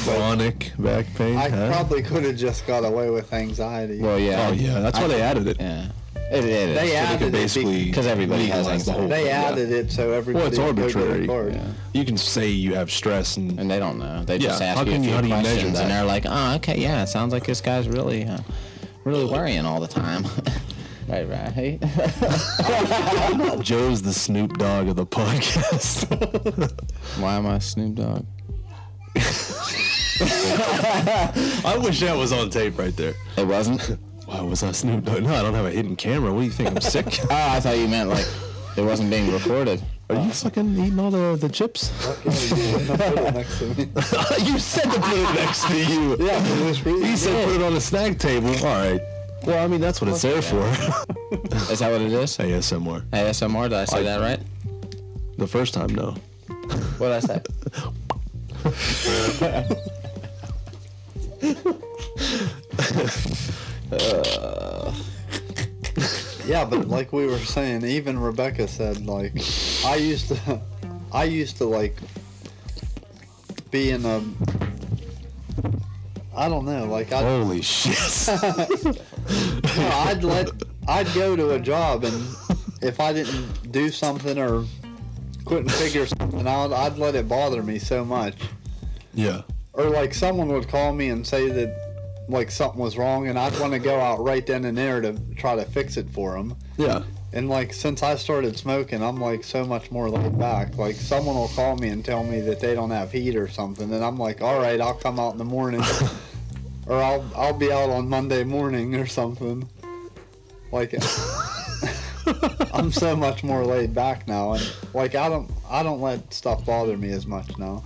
Speaker 1: chronic back pain.
Speaker 3: I
Speaker 1: huh?
Speaker 3: probably could have just got away with anxiety.
Speaker 2: Well, yeah.
Speaker 1: oh yeah, that's why they added it.
Speaker 2: Yeah. It, it is.
Speaker 3: They
Speaker 1: So they
Speaker 3: added
Speaker 1: could
Speaker 3: it.
Speaker 1: basically
Speaker 2: Because everybody has
Speaker 1: legalize the
Speaker 2: anxiety.
Speaker 1: whole.
Speaker 3: They
Speaker 1: yeah.
Speaker 3: added it so everybody.
Speaker 1: Well, it's
Speaker 3: would go get a
Speaker 1: arbitrary.
Speaker 3: card.
Speaker 2: Yeah.
Speaker 1: You can say you have stress and
Speaker 2: And they don't know. They just
Speaker 1: Yeah,
Speaker 2: ask
Speaker 1: how
Speaker 2: you a
Speaker 1: can you-
Speaker 2: few
Speaker 1: how do you measure
Speaker 2: questions,
Speaker 1: that?
Speaker 2: and they're like, "Oh, okay, yeah. It sounds like this guy's really, uh, really worrying all the time." right, right.
Speaker 1: Joe's the Snoop Dogg of the podcast.
Speaker 2: Why am I Snoop Dogg?
Speaker 1: I wish that was on tape right there.
Speaker 2: It wasn't. oh,
Speaker 1: Why was I Snoop Dogg? No, I don't have a hidden camera. What do you think? I'm sick.
Speaker 2: Oh, I thought you meant like it wasn't being recorded.
Speaker 1: Are you fucking eating all the, the chips?
Speaker 3: Lucky you wouldn't have put it next to me.
Speaker 1: you said to put it next to you.
Speaker 3: Yeah, for this
Speaker 1: He
Speaker 3: reason.
Speaker 1: said put it on a snack table. All right. Well, I mean that's what it's there for.
Speaker 2: Is that what it is?
Speaker 1: ASMR.
Speaker 2: ASMR. Did I say that right?
Speaker 1: The first time, no.
Speaker 2: What did I say?
Speaker 3: Yeah, but like we were saying, even Rebecca said like I used to I used to like be in a I don't know, like I
Speaker 1: Holy shit.
Speaker 3: no, I'd let I'd go to a job and if I didn't do something or couldn't figure something out, I'd let it bother me so much.
Speaker 1: yeah.
Speaker 3: Or like someone would call me and say that like something was wrong and I'd want to go out right then and there to try to fix it for them.
Speaker 1: Yeah.
Speaker 3: And like since I started smoking, I'm like so much more laid back. Like someone will call me and tell me that they don't have heat or something, and I'm like, all right, I'll come out in the morning, or I'll I'll be out on Monday morning or something. Like I'm so much more laid back now, and like I don't I don't let stuff bother me as much now,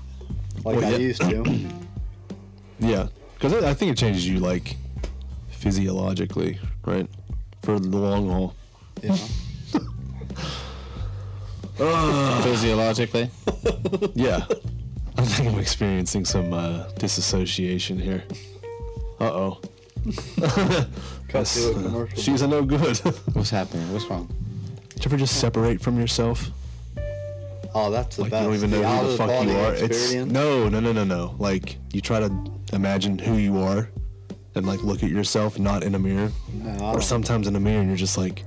Speaker 3: like
Speaker 1: Well,
Speaker 3: I
Speaker 1: yeah.
Speaker 3: used to.
Speaker 1: Yeah. Because I think it changes you like physiologically, right? For the long haul.
Speaker 3: Yeah.
Speaker 2: Physiologically.
Speaker 1: Yeah. I think I'm experiencing some uh, disassociation here. Uh oh.
Speaker 3: Cut to a commercial.
Speaker 1: uh, She's a no good. Did
Speaker 2: What's happening? What's wrong?
Speaker 1: you ever just separate from yourself?
Speaker 3: oh, that's the
Speaker 1: Like
Speaker 3: best.
Speaker 1: you don't even know
Speaker 3: the
Speaker 1: who the fuck
Speaker 3: out-of-body
Speaker 1: you are. It's
Speaker 3: experience.
Speaker 1: no, no, no, no, no. Like you try to imagine who you are, and like look at yourself not in a mirror,
Speaker 3: No, I
Speaker 1: or
Speaker 3: don't-
Speaker 1: sometimes in a mirror, and you're just like,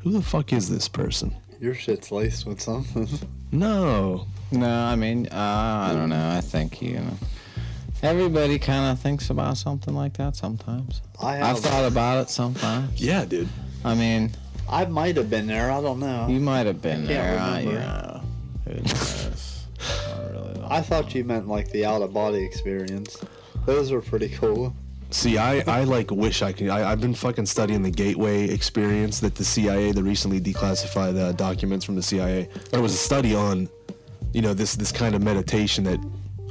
Speaker 1: who the fuck is this person?
Speaker 3: your shit's laced with something.
Speaker 1: No.
Speaker 2: No, I mean, uh, I don't know. I think you know. Everybody kind of thinks about something like that sometimes.
Speaker 3: I
Speaker 2: I've
Speaker 3: have.
Speaker 2: thought about it sometimes.
Speaker 1: Yeah, dude.
Speaker 2: I mean,
Speaker 3: I might have been there. I don't know.
Speaker 2: you might have been
Speaker 3: I can't
Speaker 2: there. I, you
Speaker 3: remember.
Speaker 2: know, who knows? I really don't.
Speaker 3: I thought you meant like the out of body experience. Those are pretty cool.
Speaker 1: See, I, I like wish I could. I, I've been fucking studying the Gateway experience that the CIA, the recently declassified uh, documents from the CIA. There was a study on, you know, this this kind of meditation that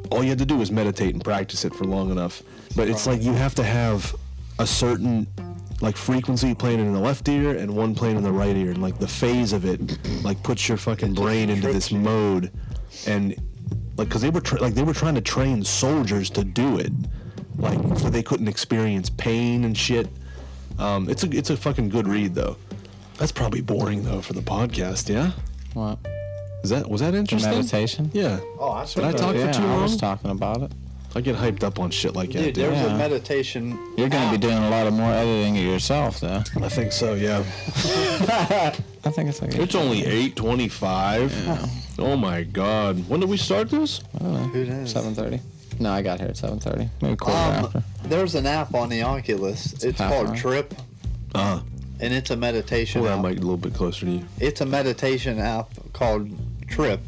Speaker 1: all you had to do was meditate and practice it for long enough. But it's like you have to have a certain like frequency playing in the left ear and one playing in the right ear, and like the phase of it, like puts your fucking brain into this mode, and like because they were tra- like they were trying to train soldiers to do it like so they couldn't experience pain and shit. Um, it's a it's a fucking good read though. That's probably boring though for the podcast. Yeah,
Speaker 2: What?
Speaker 1: is that was that interesting?
Speaker 2: Meditation?
Speaker 1: Yeah.
Speaker 3: Oh, I
Speaker 1: Did I talk
Speaker 2: yeah,
Speaker 1: for too
Speaker 2: I
Speaker 1: long?
Speaker 2: was talking about it.
Speaker 1: I get hyped up on shit like that.
Speaker 3: Dude,
Speaker 1: Dude,
Speaker 3: there's
Speaker 2: Yeah.
Speaker 3: a meditation.
Speaker 2: You're going to be doing a lot of more editing of yourself, though.
Speaker 1: I think so. Yeah.
Speaker 2: I think it's like
Speaker 1: It's only eight twenty-five. Oh my god. When did we start this?
Speaker 2: I don't know,
Speaker 3: Who knows?
Speaker 2: 7:30. No, I got here at 7:30. Maybe quarter after.
Speaker 3: Um, there's an app on the Oculus. It's
Speaker 2: half
Speaker 3: called
Speaker 2: hour.
Speaker 3: Trip,
Speaker 1: Uh,
Speaker 3: and it's a meditation.
Speaker 1: hold that
Speaker 3: app.
Speaker 1: mic a little bit closer to you.
Speaker 3: It's a meditation app called Trip,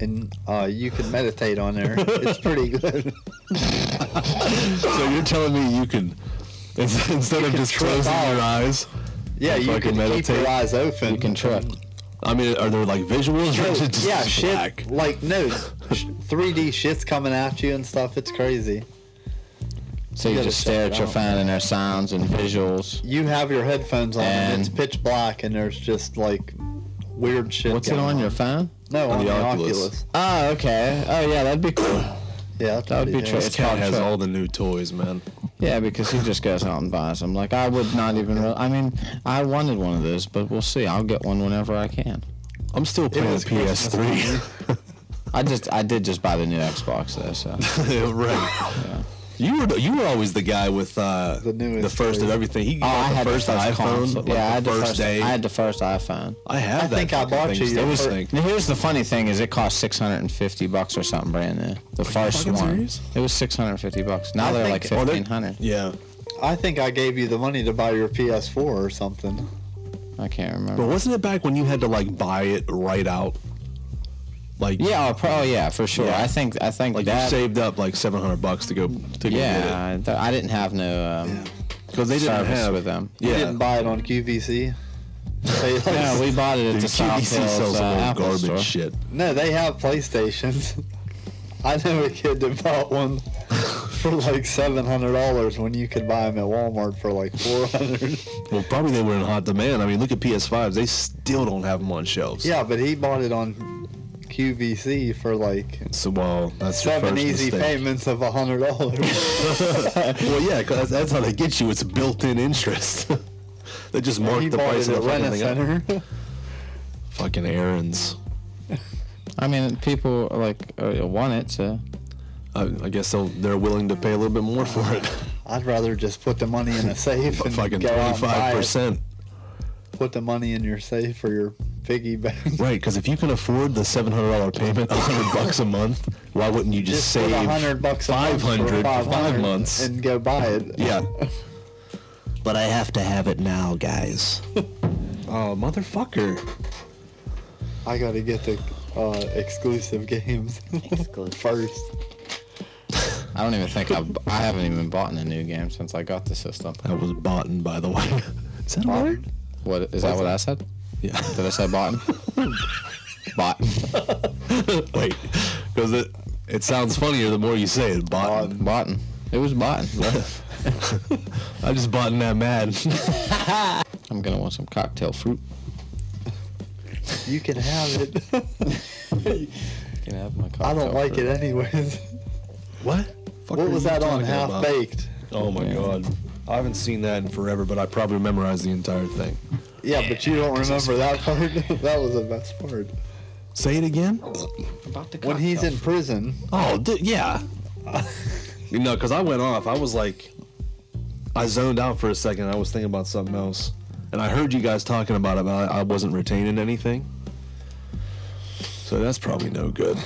Speaker 3: and uh, you can meditate on there. it's pretty good.
Speaker 1: So you're telling me you can, ins- instead of
Speaker 3: can
Speaker 1: just
Speaker 3: trip
Speaker 1: closing
Speaker 3: out.
Speaker 1: your eyes,
Speaker 3: Yeah, you
Speaker 1: Fucking
Speaker 3: can keep
Speaker 1: meditate.
Speaker 3: your eyes open.
Speaker 2: You can trip.
Speaker 1: I mean, are there like visuals or is it just
Speaker 3: yeah, shit.
Speaker 1: black?
Speaker 3: Like no, sh- 3D shit's coming at you and stuff. It's crazy.
Speaker 2: So you
Speaker 3: gotta
Speaker 2: just stare
Speaker 3: check
Speaker 2: at
Speaker 3: it
Speaker 2: your
Speaker 3: out.
Speaker 2: phone and there's sounds and visuals.
Speaker 3: you have your headphones on and,
Speaker 2: And-
Speaker 3: it's pitch black and there's just like weird shit.
Speaker 2: What's it
Speaker 3: going
Speaker 2: on your phone?
Speaker 3: No, on,
Speaker 1: On
Speaker 3: the,
Speaker 1: the
Speaker 3: Oculus.
Speaker 1: Oculus.
Speaker 2: Oh, okay. Oh, yeah, that'd be cool.
Speaker 3: Yeah,
Speaker 2: That would be
Speaker 3: pretty
Speaker 2: true.
Speaker 3: good.
Speaker 1: This cat
Speaker 2: called
Speaker 1: has
Speaker 2: Trip.
Speaker 1: all the new toys, man.
Speaker 2: Yeah, because he just goes out and buys them. Like I would not even. Re- I mean, I wanted one of those, but we'll see. I'll get one whenever I can.
Speaker 1: I'm still playing the
Speaker 3: was Christmas
Speaker 1: PS3.
Speaker 2: I just, I did just buy the new Xbox though, so
Speaker 1: Yeah, right. You were you were always the guy with uh,
Speaker 3: The newest
Speaker 1: the first of
Speaker 3: thing.
Speaker 1: everything. He
Speaker 2: Oh,
Speaker 1: got the first iPhone.
Speaker 2: console.
Speaker 1: like,
Speaker 2: yeah, I had
Speaker 1: the first day.
Speaker 2: I had the first iPhone.
Speaker 1: I have
Speaker 3: I
Speaker 1: that.
Speaker 3: think I
Speaker 1: fucking
Speaker 3: bought
Speaker 1: thing
Speaker 3: you
Speaker 1: still.
Speaker 3: your
Speaker 1: This
Speaker 3: first-
Speaker 1: thing.
Speaker 2: Now, here's the funny thing: is it cost 650 bucks or something brand new. The first
Speaker 1: fucking
Speaker 2: one,
Speaker 1: serious?
Speaker 2: it was 650 bucks. Now
Speaker 3: I
Speaker 2: they're
Speaker 3: think-
Speaker 2: like
Speaker 1: Oh, they're-
Speaker 2: 1500.
Speaker 1: Yeah,
Speaker 3: I think I gave you the money to buy your PS4 or something.
Speaker 2: I can't
Speaker 1: but
Speaker 2: remember.
Speaker 1: wasn't it back when you had to like buy it right out? Like
Speaker 2: Yeah, oh, pro, yeah, for sure.
Speaker 1: Yeah.
Speaker 2: I think, I think
Speaker 1: like you
Speaker 2: that.
Speaker 1: saved up like 700 bucks to go to go get it
Speaker 2: yeah, I, th- I didn't have no um,
Speaker 1: because they didn't
Speaker 2: service
Speaker 1: have
Speaker 2: with them.
Speaker 3: You
Speaker 1: Yeah,
Speaker 3: didn't buy it on QVC. They-
Speaker 2: Yeah, we bought it at
Speaker 1: Dude,
Speaker 2: the South
Speaker 1: QVC
Speaker 2: Hills
Speaker 1: sells
Speaker 2: uh,
Speaker 1: some old
Speaker 2: Apple
Speaker 1: garbage
Speaker 2: store.
Speaker 1: shit.
Speaker 3: no, they have PlayStations. I know a kid that bought one for like seven hundred dollars when you could buy them at Walmart for like four hundred.
Speaker 1: Well, probably they were in hot demand. I mean, look at PS5s; they still don't have them on shelves.
Speaker 3: yeah, but he bought it on QVC for like
Speaker 1: So, well, that's your
Speaker 3: seven
Speaker 1: first
Speaker 3: easy
Speaker 1: mistake.
Speaker 3: payments of hundred dollars.
Speaker 1: well, yeah, 'cause that's how they get you. It's built-in interest. they just mark
Speaker 3: he
Speaker 1: the
Speaker 3: bought
Speaker 1: price
Speaker 3: it
Speaker 1: of the
Speaker 3: at
Speaker 1: fucking
Speaker 3: Rent a
Speaker 1: thing. up.
Speaker 3: Center.
Speaker 1: Fucking errands.
Speaker 2: I mean, people like uh, want it, so
Speaker 1: I, I guess they'll, they're willing to pay a little bit more for it.
Speaker 3: I'd rather just put the money in a safe and
Speaker 1: fucking
Speaker 3: go out and buy
Speaker 1: twenty-five
Speaker 3: it.
Speaker 1: percent.
Speaker 3: Put the money in your safe or your piggy bank.
Speaker 1: Right? Because if you can afford the seven hundred dollar payment, a hundred bucks a month, why wouldn't you just,
Speaker 3: Just
Speaker 1: save
Speaker 3: put a hundred bucks, a month
Speaker 1: five
Speaker 3: for
Speaker 1: hundred for five
Speaker 3: 500
Speaker 1: months?
Speaker 3: and go buy it.
Speaker 1: yeah. but I have to have it now, guys. oh, motherfucker!
Speaker 3: I gotta get the uh, exclusive games first.
Speaker 2: I don't even think I, I haven't even bought a new game since I got the system.
Speaker 1: That was botten, by the way. Is that a word?
Speaker 2: What is that? What I said?
Speaker 1: Yeah.
Speaker 2: Did I say bought? bought.
Speaker 1: Wait, because it it sounds funnier the more you say it. Botten.
Speaker 2: Bought. It was bought.
Speaker 1: I just botten that mad.
Speaker 2: I'm gonna want some cocktail fruit.
Speaker 3: You can have it.
Speaker 2: Can I have my cocktail
Speaker 3: I don't like it anyways.
Speaker 1: what? Fuck
Speaker 3: What
Speaker 1: are
Speaker 3: was
Speaker 1: you
Speaker 3: that on
Speaker 1: talking
Speaker 3: Half
Speaker 1: about?
Speaker 3: Baked?
Speaker 1: Oh my
Speaker 2: Yeah.
Speaker 1: god. I haven't seen that in forever, but I probably memorized the entire thing.
Speaker 3: Yeah, but you don't remember that part. that was the best part.
Speaker 1: Say it again?
Speaker 3: When he's in prison,
Speaker 1: Oh, d- yeah. you know, because I went off. I was like, I zoned out for a second. I was thinking about something else. And I heard you guys talking about it, but I, I wasn't retaining anything. So that's probably no good.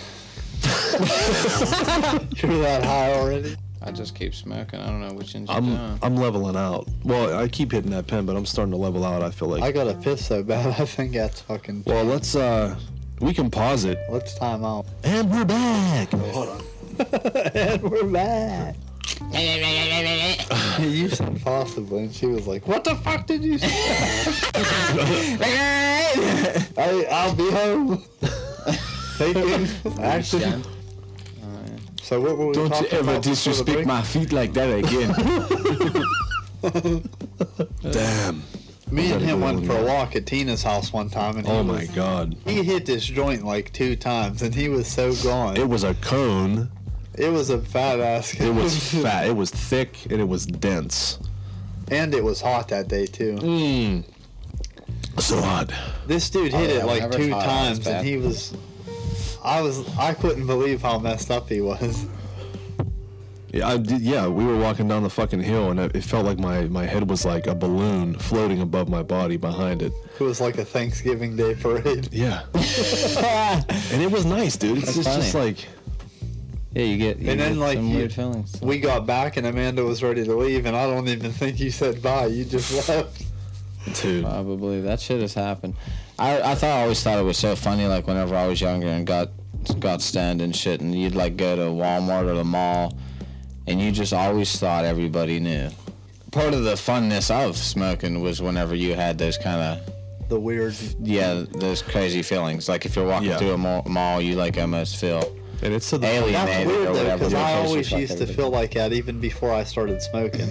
Speaker 3: you're that high already.
Speaker 2: I just keep smoking. I don't know which engine.
Speaker 1: I'm
Speaker 2: doing.
Speaker 1: I'm leveling out. Well, I keep hitting that pen, but I'm starting to level out. I feel like.
Speaker 3: I gotta piss so bad. I think that's fucking.
Speaker 1: well, let's uh, we can pause it,
Speaker 3: Let's time out.
Speaker 1: and we're back.
Speaker 3: Oh, and we're back. you said possible, and she was like, "What the fuck did you say?" I, I'll be home. Taking action. So what were we
Speaker 2: Don't you
Speaker 3: talking
Speaker 2: ever
Speaker 3: about before the
Speaker 2: disrespect
Speaker 3: break?
Speaker 2: my feet like that again.
Speaker 1: Damn.
Speaker 3: Me and
Speaker 1: Gotta
Speaker 3: him
Speaker 1: go
Speaker 3: went
Speaker 1: in
Speaker 3: for a
Speaker 1: there.
Speaker 3: walk at Tina's house one time, and he,
Speaker 1: Oh my
Speaker 3: was,
Speaker 1: god.
Speaker 3: he hit this joint like two times, and he was so gone.
Speaker 1: It
Speaker 3: It,
Speaker 1: was a cone.
Speaker 3: was a fat ass.
Speaker 1: It was fat. It was thick, and it was dense.
Speaker 3: and it was hot that day too.
Speaker 2: Hmm.
Speaker 1: Mmm. So hot.
Speaker 3: This dude hit
Speaker 2: yeah,
Speaker 3: it like
Speaker 2: whenever
Speaker 3: two
Speaker 2: it's hot, it's
Speaker 3: times,
Speaker 2: bad.
Speaker 3: and he was. I was. I couldn't believe how messed up he was.
Speaker 1: Yeah, I did, yeah, we were walking down the fucking hill, and it, it felt like my my head was like a balloon floating above my body behind it.
Speaker 3: It was like a Thanksgiving Day parade.
Speaker 1: Yeah. and it was nice, dude. It's
Speaker 2: That's
Speaker 1: just, just
Speaker 2: funny.
Speaker 1: like.
Speaker 2: yeah, you get. You
Speaker 3: And then,
Speaker 2: get
Speaker 3: like,
Speaker 2: some
Speaker 3: you-
Speaker 2: weird feelings.
Speaker 3: We got back, and Amanda was ready to leave, and I don't even think you said bye. You just left.
Speaker 1: Dude.
Speaker 2: Probably that shit has happened. I I thought I always thought it was so funny. Like whenever I was younger and got got stand and shit, and you'd like go to Walmart or the mall, and you just always thought everybody knew. Part of the funness of smoking was whenever you had those kind of
Speaker 3: The weird.
Speaker 2: yeah those crazy feelings. Like if you're walking
Speaker 1: Yeah.
Speaker 2: through a mall, mall, you like almost feel
Speaker 1: And it's to the
Speaker 3: That's
Speaker 2: alienated
Speaker 3: weird
Speaker 2: or
Speaker 3: though,
Speaker 2: whatever.
Speaker 3: because I
Speaker 2: because you
Speaker 3: always
Speaker 2: fuck
Speaker 3: used to
Speaker 2: everybody.
Speaker 3: feel like that even before I started smoking.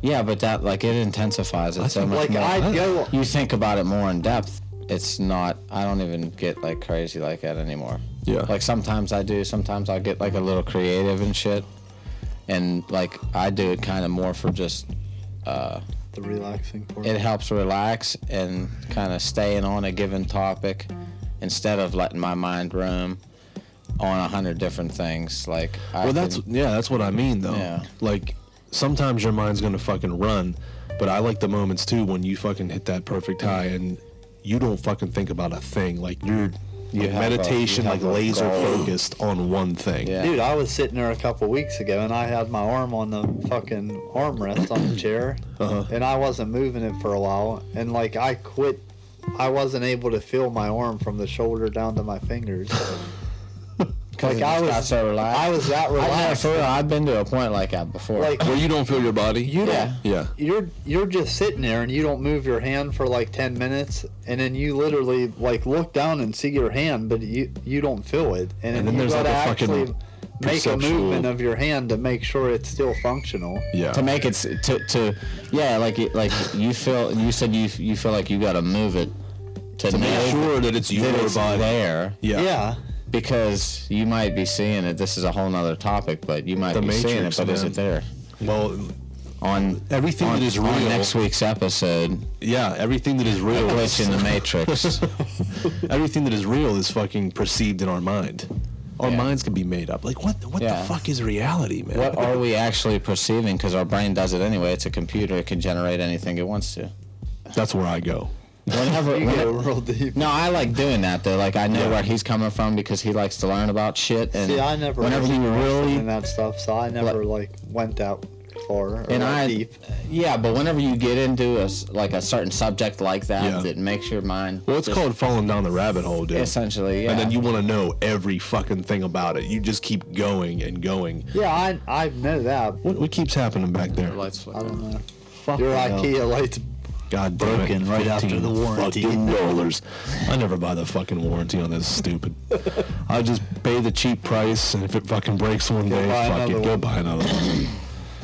Speaker 2: yeah, but that like it intensifies it so much
Speaker 3: Like
Speaker 2: more.
Speaker 3: I'd go.
Speaker 2: you think about it more in depth, it's not. I don't even get like crazy like that anymore.
Speaker 1: Yeah.
Speaker 2: Like sometimes I do. Sometimes I get like a little creative and shit, and like I do it kind of more for just uh,
Speaker 3: The relaxing part.
Speaker 2: it helps relax and kind of staying on a given topic instead of letting my mind roam on a hundred different things. Like I
Speaker 1: Well, that's
Speaker 2: can-
Speaker 1: yeah, that's what I mean though.
Speaker 2: Yeah.
Speaker 1: Like sometimes your mind's gonna fucking run, but I like the moments too when you fucking hit that perfect high and you don't fucking think about a thing. Like you're
Speaker 2: You
Speaker 1: your
Speaker 2: have a- you
Speaker 1: meditation, like
Speaker 2: have a
Speaker 1: laser
Speaker 2: goal.
Speaker 1: focused on one thing.
Speaker 2: Yeah.
Speaker 3: Dude, I was sitting there a couple weeks ago and I had my arm on the fucking armrest on the chair
Speaker 1: Uh-huh.
Speaker 3: and I wasn't moving it for a while and like I quit I wasn't able to feel my arm from the shoulder down to my fingers.
Speaker 2: 'cause
Speaker 3: like
Speaker 2: it
Speaker 3: I
Speaker 2: just
Speaker 3: was-
Speaker 2: got so relaxed.
Speaker 3: I was that
Speaker 2: I know,
Speaker 3: relaxed.
Speaker 2: for real, I've been to a point like that before.
Speaker 3: Like
Speaker 1: Where you don't feel your body.
Speaker 3: you don't
Speaker 1: Yeah.
Speaker 3: you're you're just sitting there and you don't move your hand for like 10 minutes and then you literally like look down and see your hand but you you don't feel it and,
Speaker 1: And
Speaker 3: then
Speaker 1: then
Speaker 3: you
Speaker 1: there's,
Speaker 3: gotta
Speaker 1: like, a fucking
Speaker 3: actually make a
Speaker 1: perceptual-
Speaker 3: movement of your hand to make sure it's still functional
Speaker 1: Yeah.
Speaker 2: to make it s- to to yeah like it- like you feel you said you you feel like you got to move it to, know
Speaker 1: Make sure that it's your
Speaker 2: that it's
Speaker 1: body.
Speaker 2: there
Speaker 1: Yeah.
Speaker 3: yeah.
Speaker 2: because you might be seeing it this is a whole nother topic but you might
Speaker 1: The
Speaker 2: be seeing it
Speaker 1: Matrix,
Speaker 2: but is
Speaker 1: man.
Speaker 2: it there
Speaker 1: Well,
Speaker 2: on
Speaker 1: everything
Speaker 2: on,
Speaker 1: that is
Speaker 2: on
Speaker 1: real.
Speaker 2: next weeks episode
Speaker 1: yeah, everything that is real,
Speaker 2: glitch in the matrix
Speaker 1: everything that is real is fucking perceived in our mind. Our
Speaker 2: Yeah.
Speaker 1: minds can be made up. Like what? What
Speaker 2: Yeah.
Speaker 1: the fuck is reality, man?
Speaker 2: what are we actually perceiving because our brain does it anyway it's a computer it can generate anything it wants to
Speaker 1: That's where I go.
Speaker 2: whenever,
Speaker 3: You
Speaker 2: whenever
Speaker 3: go real deep.
Speaker 2: No, I like doing that though. Like I know where he's coming from because he likes to learn about shit. And
Speaker 3: See, I never
Speaker 2: whenever
Speaker 3: was
Speaker 2: you really
Speaker 3: in that stuff, so I never like went that far or that
Speaker 2: and I
Speaker 3: deep.
Speaker 2: yeah, but whenever you get into a s- like a certain subject like that,
Speaker 1: Yeah.
Speaker 2: that makes your mind
Speaker 1: Well, it's called falling down the rabbit hole, dude.
Speaker 2: essentially yeah.
Speaker 1: And then you want to know every fucking thing about it. You just keep going and going.
Speaker 3: Yeah, I I know that.
Speaker 1: What, what keeps happening back there?
Speaker 2: lights flicker.
Speaker 3: I don't know.
Speaker 1: Fuck
Speaker 3: Your
Speaker 1: hell.
Speaker 3: IKEA lights.
Speaker 1: God damn it.
Speaker 3: broken right after
Speaker 1: 15
Speaker 3: the warranty.
Speaker 1: Fucking rollers. I never buy the fucking warranty on this stupid. I just pay the cheap price, and if it fucking breaks one day,
Speaker 3: buy
Speaker 1: fuck it,
Speaker 3: another
Speaker 1: go
Speaker 3: one.
Speaker 1: buy another one.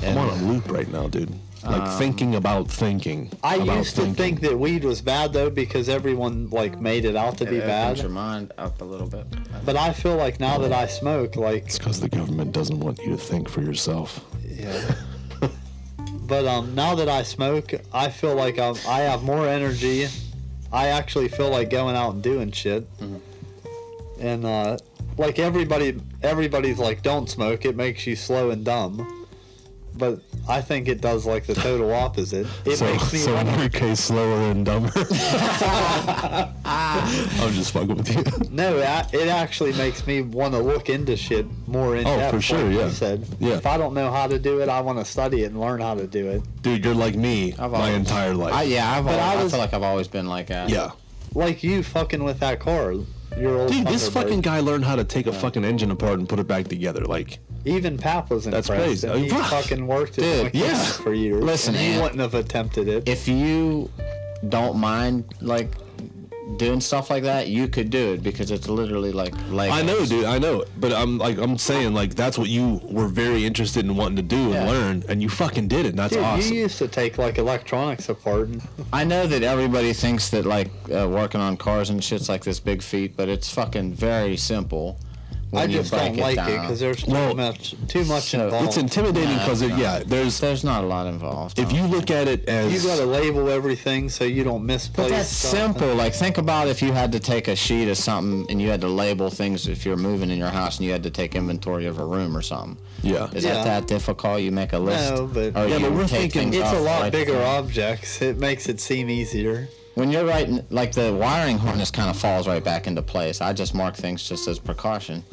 Speaker 1: I'm on a loop right now, dude. Like thinking about thinking.
Speaker 3: Um, I
Speaker 1: about
Speaker 3: used to think that weed was bad though because everyone like made it out to
Speaker 2: It
Speaker 3: be
Speaker 2: opens your
Speaker 3: bad.
Speaker 2: mind up a little bit.
Speaker 3: But I feel like now that I smoke, like
Speaker 1: It's because the government doesn't want you to think for yourself.
Speaker 3: yeah. but um, now that I smoke, I feel like I'm, I have more energy. I actually feel like going out and doing shit.
Speaker 1: Mm-hmm.
Speaker 3: And uh, like everybody, everybody's like, don't smoke. It makes you slow and dumb. But I think it does like the total opposite. It
Speaker 1: so,
Speaker 3: makes me.
Speaker 1: so in
Speaker 3: wanna-
Speaker 1: your case, slower and dumber. I'm just fucking with you.
Speaker 3: no, I- it actually makes me want to look into shit more in
Speaker 1: Oh,
Speaker 3: depth.
Speaker 1: for sure,
Speaker 3: like you
Speaker 1: yeah.
Speaker 3: said.
Speaker 1: Yeah.
Speaker 3: If I don't know how to do it, I want to study it and learn how to do it.
Speaker 1: Dude, you're like me
Speaker 2: I've
Speaker 1: my
Speaker 2: always-
Speaker 1: entire life.
Speaker 2: I, yeah, I've always,
Speaker 3: I
Speaker 2: I,
Speaker 3: was-
Speaker 2: feel like I've always been like that.
Speaker 1: Yeah.
Speaker 3: Like you fucking with that car. Your old
Speaker 1: Dude, this
Speaker 3: Thunderbird.
Speaker 1: fucking guy learned how to take a fucking engine apart and put it back together. Like,
Speaker 3: Even Pap was impressed.
Speaker 1: That's crazy.
Speaker 3: And he
Speaker 1: Bruh.
Speaker 3: fucking worked at
Speaker 2: Dude,
Speaker 3: McDonald's
Speaker 1: yeah.
Speaker 3: for years.
Speaker 2: Listen,
Speaker 3: and he
Speaker 2: man.
Speaker 3: wouldn't have attempted it.
Speaker 2: if you don't mind like doing stuff like that, you could do it because it's literally like like
Speaker 1: I know, dude, I know. But I'm like, I'm saying, like, that's what you were very interested in wanting to do and
Speaker 2: Yeah.
Speaker 1: learn, and you fucking did it. And that's
Speaker 3: Dude,
Speaker 1: awesome.
Speaker 3: you used to take like electronics apart. And,
Speaker 2: I know that everybody thinks that like uh, working on cars and shit's like this big feat, but it's fucking very simple. When
Speaker 3: I just
Speaker 2: you break
Speaker 3: don't like it
Speaker 2: down.
Speaker 3: because there's too
Speaker 1: Well,
Speaker 3: much too much
Speaker 2: so
Speaker 3: involved.
Speaker 1: it's intimidating because, it yeah, there's.
Speaker 2: there's not a lot involved.
Speaker 1: If you look at it as.
Speaker 3: you gotta label everything so you don't misplace.
Speaker 2: but that's
Speaker 3: stuff.
Speaker 2: simple. Like think about if you had to take a sheet of something and you had to label things if you're moving in your house and you had to take inventory of a room or something.
Speaker 1: yeah.
Speaker 2: Is
Speaker 3: Yeah.
Speaker 2: that that difficult? You make a list.
Speaker 3: No, but-
Speaker 2: or
Speaker 1: Yeah, but
Speaker 2: Oh, you
Speaker 1: we're
Speaker 2: take
Speaker 1: thinking-
Speaker 2: things
Speaker 3: It's a
Speaker 2: off,
Speaker 3: lot
Speaker 2: like-
Speaker 3: bigger objects. It makes it seem easier.
Speaker 2: When you're writing, like the wiring harness kind of falls right back into place. I just mark things just as precaution.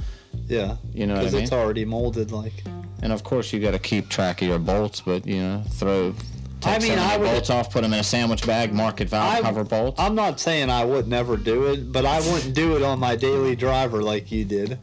Speaker 3: Yeah,
Speaker 2: You know what I
Speaker 3: because it's
Speaker 2: mean?
Speaker 3: already molded. Like
Speaker 2: And of course, you got to keep track of your bolts, but you know, throw.
Speaker 3: I
Speaker 2: take
Speaker 3: mean,
Speaker 2: some
Speaker 3: I
Speaker 2: of your
Speaker 3: would-
Speaker 2: bolts off, put them in a sandwich bag, market valve,
Speaker 3: I-
Speaker 2: cover bolts.
Speaker 3: I'm not saying I would never do it, but I wouldn't do it on my daily driver like you did,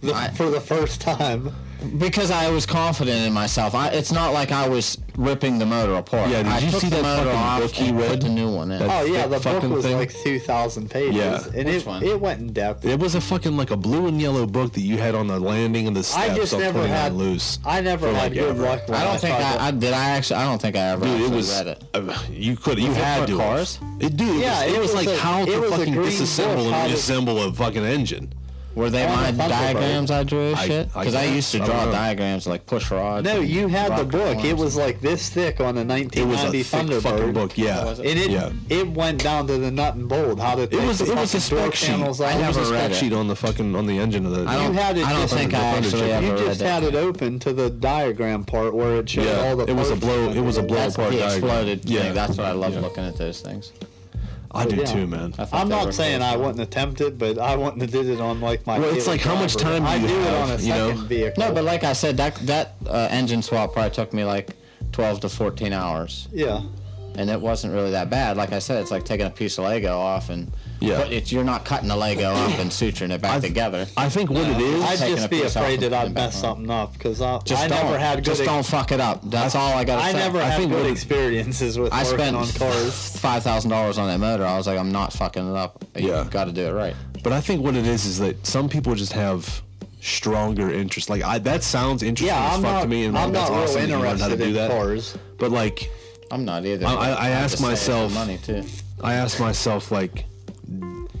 Speaker 3: the,
Speaker 2: I-
Speaker 3: for the first time.
Speaker 2: because I was confident in myself. I, it's not like I was ripping the motor apart.
Speaker 1: Yeah, did
Speaker 2: I
Speaker 1: you
Speaker 2: took
Speaker 1: see that
Speaker 2: the motor
Speaker 1: fucking
Speaker 2: off
Speaker 1: book
Speaker 2: and
Speaker 1: you
Speaker 2: put
Speaker 1: read?
Speaker 2: the new one in.
Speaker 1: That-
Speaker 3: Oh
Speaker 1: thick
Speaker 3: yeah, the book
Speaker 1: fucking
Speaker 3: was
Speaker 1: thing?
Speaker 3: like two thousand pages,
Speaker 1: Yeah.
Speaker 3: and
Speaker 2: Which
Speaker 3: it
Speaker 2: one?
Speaker 3: it went in depth.
Speaker 1: It was a fucking like a blue and yellow book that you had on the landing and the steps
Speaker 3: I just
Speaker 1: on
Speaker 3: never
Speaker 1: 29
Speaker 3: had
Speaker 1: loose.
Speaker 3: I never
Speaker 1: for,
Speaker 3: had
Speaker 1: like,
Speaker 3: good
Speaker 1: ever.
Speaker 3: luck. When
Speaker 2: Oh, I don't think
Speaker 3: tried
Speaker 2: I, I did. I actually, I don't think I ever
Speaker 1: Dude, it
Speaker 2: actually
Speaker 1: was.
Speaker 2: read it.
Speaker 1: uh, you could. You
Speaker 2: it
Speaker 1: had
Speaker 2: for
Speaker 1: to.
Speaker 2: cars?
Speaker 1: It, dude, it
Speaker 3: Yeah,
Speaker 1: was, it
Speaker 3: it
Speaker 1: was,
Speaker 3: was
Speaker 1: like
Speaker 3: a-
Speaker 1: how
Speaker 3: it
Speaker 1: to
Speaker 3: was a
Speaker 1: fucking
Speaker 3: green book,
Speaker 1: disassemble
Speaker 3: how
Speaker 1: and
Speaker 3: to-
Speaker 1: reassemble a Oh, fucking engine.
Speaker 2: Were they
Speaker 3: All
Speaker 2: my
Speaker 3: the Funko
Speaker 2: diagrams I drew?
Speaker 1: I-
Speaker 2: shit,
Speaker 1: I
Speaker 2: because I,
Speaker 1: guess.
Speaker 2: used to
Speaker 1: I
Speaker 2: draw
Speaker 1: don't know.
Speaker 2: diagrams like push rods.
Speaker 3: No,
Speaker 2: and
Speaker 3: you had the
Speaker 2: rocket
Speaker 3: book. It
Speaker 2: arms.
Speaker 3: was like this thick on a
Speaker 1: It was a
Speaker 3: 1990
Speaker 1: thick
Speaker 3: Thunderbird.
Speaker 1: fucking book. Yeah.
Speaker 2: Oh, was
Speaker 3: And it
Speaker 1: Yeah.
Speaker 3: it went down to the nut and bolt. How to
Speaker 1: It
Speaker 3: take
Speaker 1: was
Speaker 3: the
Speaker 1: it was
Speaker 3: fucking
Speaker 1: a
Speaker 3: door
Speaker 1: spec sheet.
Speaker 3: panels out.
Speaker 1: It was a
Speaker 2: never read
Speaker 1: spec
Speaker 2: it.
Speaker 1: sheet on the fucking on the engine of the.
Speaker 2: I
Speaker 3: You
Speaker 2: don't-
Speaker 3: had it.
Speaker 2: I don't
Speaker 3: just-
Speaker 2: think I actually ever
Speaker 3: You
Speaker 2: read
Speaker 3: just
Speaker 2: that.
Speaker 3: had it open to the diagram part where it showed
Speaker 1: yeah,
Speaker 3: all the.
Speaker 1: it was a
Speaker 3: parts.
Speaker 1: blow. It was a blow
Speaker 2: That's the
Speaker 1: apart diagram.
Speaker 2: exploded
Speaker 1: Yeah,
Speaker 2: thing. That's what I love
Speaker 1: yeah.
Speaker 2: looking at those things.
Speaker 1: I do
Speaker 3: Yeah.
Speaker 1: too, man.
Speaker 2: I thought
Speaker 3: I'm
Speaker 2: they
Speaker 3: not
Speaker 2: were
Speaker 3: saying
Speaker 2: cool.
Speaker 3: I wouldn't attempt it, but I wouldn't have did it on like my.
Speaker 1: Well, it's
Speaker 3: daily
Speaker 1: like how much
Speaker 3: driver.
Speaker 1: time
Speaker 3: I
Speaker 1: do you
Speaker 3: do it
Speaker 1: have,
Speaker 3: on a
Speaker 1: you know?
Speaker 3: second vehicle.
Speaker 2: No, but like I said, that that uh, engine swap probably took me like 12 to 14 hours,
Speaker 3: yeah,
Speaker 2: and it wasn't really that bad. Like I said, it's like taking a piece of Lego off and.
Speaker 1: Yeah.
Speaker 2: But it's, you're not cutting the Lego up and suturing it back
Speaker 1: I've-
Speaker 2: together.
Speaker 1: I think what it is.
Speaker 3: I'd
Speaker 2: taking
Speaker 3: just
Speaker 2: a
Speaker 3: be
Speaker 2: piece off
Speaker 3: afraid that
Speaker 2: and
Speaker 3: I'd
Speaker 2: putting it back
Speaker 3: mess
Speaker 2: on.
Speaker 3: something up because I,
Speaker 2: Just
Speaker 3: I
Speaker 2: don't.
Speaker 3: never had
Speaker 2: just
Speaker 3: good.
Speaker 2: don't fuck it up. That's all I gotta
Speaker 3: I
Speaker 2: say.
Speaker 3: never had
Speaker 1: think
Speaker 3: good
Speaker 1: what it-
Speaker 3: experiences with
Speaker 2: I
Speaker 3: working
Speaker 2: spent
Speaker 3: on cars.
Speaker 2: five thousand dollars on that motor. I was like, I'm not fucking it up. You
Speaker 1: Yeah.
Speaker 2: got to do it right.
Speaker 1: But I think what it is is that some people just have stronger interest. Like I, that sounds interesting
Speaker 3: Yeah,
Speaker 1: as
Speaker 3: I'm
Speaker 1: fuck
Speaker 3: not.
Speaker 1: to me, and
Speaker 3: I'm
Speaker 1: that's
Speaker 3: not real
Speaker 1: awesome that you learned how to
Speaker 3: interested
Speaker 1: do
Speaker 3: in
Speaker 1: that.
Speaker 3: cars.
Speaker 1: But like,
Speaker 2: I'm not either.
Speaker 1: I- I
Speaker 2: but I'm
Speaker 1: asked
Speaker 2: just saying it's the
Speaker 1: myself-
Speaker 2: money too.
Speaker 1: I ask myself, like,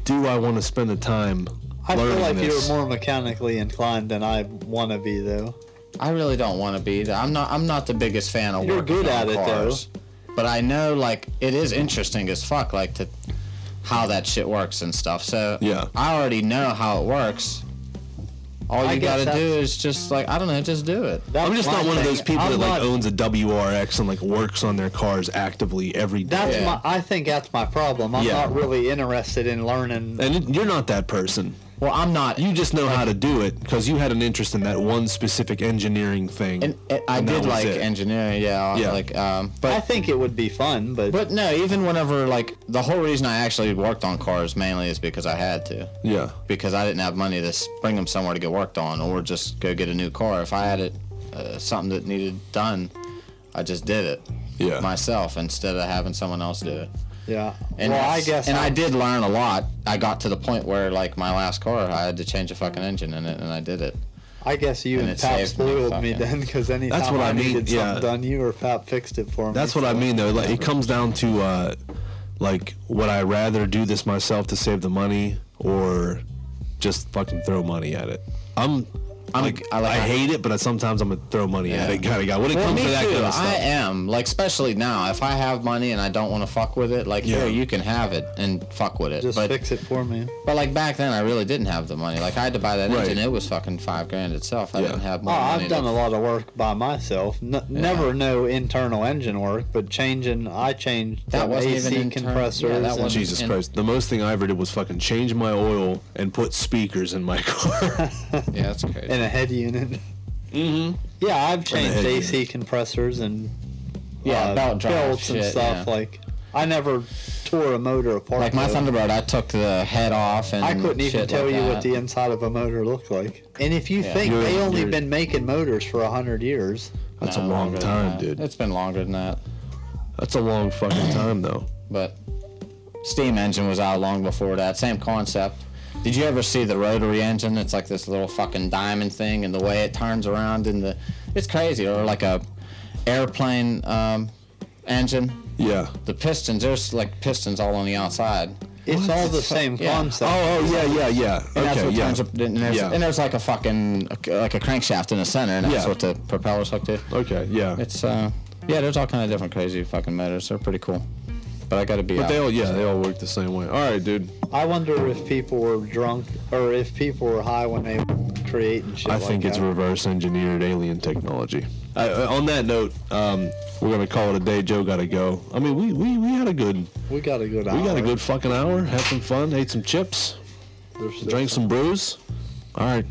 Speaker 1: do I want to spend the time
Speaker 3: I
Speaker 1: learning
Speaker 3: feel like
Speaker 1: this?
Speaker 3: you're more mechanically inclined than I want to be, though.
Speaker 2: I really don't want to be. Either. I'm not. I'm not the biggest fan of.
Speaker 3: You're
Speaker 2: working
Speaker 3: good
Speaker 2: on
Speaker 3: at it,
Speaker 2: cars, But I know, like, it is interesting as fuck, like to how that shit works and stuff. So
Speaker 1: Yeah.
Speaker 2: I already know how it works. All
Speaker 3: I
Speaker 2: you
Speaker 3: guess
Speaker 2: gotta do
Speaker 3: that's-
Speaker 2: is just like I don't know, just do it.
Speaker 3: That's
Speaker 1: I'm just
Speaker 3: my
Speaker 1: not one of
Speaker 3: thing.
Speaker 1: those people
Speaker 3: I'm
Speaker 1: that like oh,
Speaker 3: not-
Speaker 1: owns a WRX and like works on their cars actively every day.
Speaker 3: That's
Speaker 2: Yeah.
Speaker 3: my. I think that's my problem. I'm
Speaker 1: Yeah.
Speaker 3: not really interested in learning.
Speaker 1: and it- you're not that person.
Speaker 2: Well, I'm not.
Speaker 1: You just know how to do it because you had an interest in that one specific engineering thing.
Speaker 2: And, and I
Speaker 1: And that
Speaker 2: did
Speaker 1: was
Speaker 2: like
Speaker 1: it.
Speaker 2: engineering. Yeah.
Speaker 1: Yeah.
Speaker 2: Like, um, but
Speaker 3: I think it would be fun, but,
Speaker 2: But no, even whenever like the whole reason I actually worked on cars mainly is because I had to,
Speaker 1: yeah,
Speaker 2: because I didn't have money to s- bring them somewhere to get worked on or just go get a new car. If I had it, uh, something that needed done, I just did it
Speaker 1: yeah.
Speaker 2: myself instead of having someone else do it.
Speaker 3: yeah.
Speaker 2: And
Speaker 3: well, I
Speaker 2: that's-
Speaker 3: guess.
Speaker 2: and
Speaker 3: I,
Speaker 2: I did learn a lot. I got to the point where like my last car, I had to change a fucking engine in it, and I did it.
Speaker 3: I guess you
Speaker 2: and
Speaker 3: and,
Speaker 2: it
Speaker 3: Pap
Speaker 2: saved me,
Speaker 3: spoiled me
Speaker 2: fucking-
Speaker 3: then, because anytime
Speaker 1: That's what I mean,
Speaker 3: needed
Speaker 1: yeah.
Speaker 3: something done, you or Pap fixed it for me.
Speaker 1: That's what I
Speaker 3: so-
Speaker 1: mean though. Like it comes down to uh like would I rather do this myself to save the money or just fucking throw money at it. I'm I'm
Speaker 2: Like- I
Speaker 1: I,
Speaker 2: like-
Speaker 1: hate it, but sometimes I'm gonna throw money at
Speaker 2: Yeah.
Speaker 1: it kind of guy. When it
Speaker 2: Well,
Speaker 1: comes
Speaker 2: me
Speaker 1: to that
Speaker 2: too.
Speaker 1: kind of
Speaker 2: I
Speaker 1: stuff,
Speaker 2: am like, especially now, if I have money and I don't want to fuck with it, like,
Speaker 1: Yeah.
Speaker 2: here you can have it and fuck with it.
Speaker 3: Just
Speaker 2: but
Speaker 3: fix it for me.
Speaker 2: But like back then, I really didn't have the money. Like I had to buy that
Speaker 1: Right.
Speaker 2: engine. It was fucking five grand itself. I
Speaker 1: Yeah.
Speaker 2: didn't have
Speaker 3: Oh,
Speaker 2: more money.
Speaker 3: I've done a lot of work by myself. N- Never no internal engine work, but changing. I changed
Speaker 2: That
Speaker 3: the
Speaker 2: wasn't
Speaker 3: AC
Speaker 2: even internal-
Speaker 3: compressors.
Speaker 2: yeah, that
Speaker 3: and-
Speaker 2: wasn't-
Speaker 1: Jesus
Speaker 2: and-
Speaker 1: Christ. The most thing I ever did was fucking change my oil and put speakers in my car.
Speaker 2: of. Yeah, that's crazy.
Speaker 3: in a head unit. Mm-hmm. Yeah, I've changed
Speaker 1: head
Speaker 3: AC compressors and uh,
Speaker 2: Yeah, belt drive
Speaker 3: belts and
Speaker 2: shit,
Speaker 3: stuff.
Speaker 2: yeah.
Speaker 3: Like, I never tore a motor apart.
Speaker 2: like my
Speaker 3: though.
Speaker 2: Thunderbird, I took the head off and
Speaker 3: I couldn't even
Speaker 2: shit
Speaker 3: tell
Speaker 2: like
Speaker 3: you
Speaker 2: that.
Speaker 3: what the inside of a motor looked like. And if you
Speaker 2: Yeah.
Speaker 3: think
Speaker 1: You're-
Speaker 3: they only
Speaker 1: you're-
Speaker 3: been making motors for a hundred years,
Speaker 1: That's a
Speaker 2: No,
Speaker 1: long
Speaker 2: longer than
Speaker 1: time,
Speaker 2: that.
Speaker 1: dude.
Speaker 2: It's been longer than that.
Speaker 1: That's a long fucking time though.
Speaker 2: But steam engine was out long before that. Same concept. Did you ever see the rotary engine? It's like this little fucking diamond thing, and the way it turns around, and the it's crazy. Or like a airplane um, engine.
Speaker 1: Yeah.
Speaker 2: The pistons, there's like pistons all on the outside.
Speaker 3: it's all the same
Speaker 2: Yeah.
Speaker 1: Oh,
Speaker 3: concept.
Speaker 1: oh yeah, yeah, yeah.
Speaker 2: And that's
Speaker 1: okay,
Speaker 2: what
Speaker 1: yeah.
Speaker 2: turns up. And there's,
Speaker 1: Yeah.
Speaker 2: and there's like a fucking like a crankshaft in the center, and that's
Speaker 1: Yeah.
Speaker 2: what the propellers hooked to.
Speaker 1: okay, yeah.
Speaker 2: It's uh, yeah, there's all kind of different crazy fucking motors. They're pretty cool, but I gotta be.
Speaker 1: but
Speaker 2: out.
Speaker 1: they all yeah, they all work the same way. All right, dude.
Speaker 3: I wonder if people were drunk or if people were high when they were creating shit.
Speaker 1: I
Speaker 3: like
Speaker 1: think it's
Speaker 3: that.
Speaker 1: reverse engineered alien technology. uh, I, I- on that note, um, we're gonna call it a day. Joe gotta go. I mean, we, we, we had a good
Speaker 3: we got a good.
Speaker 1: we got a good fucking hour. Had some fun. Ate some chips. Drank some brews. All right.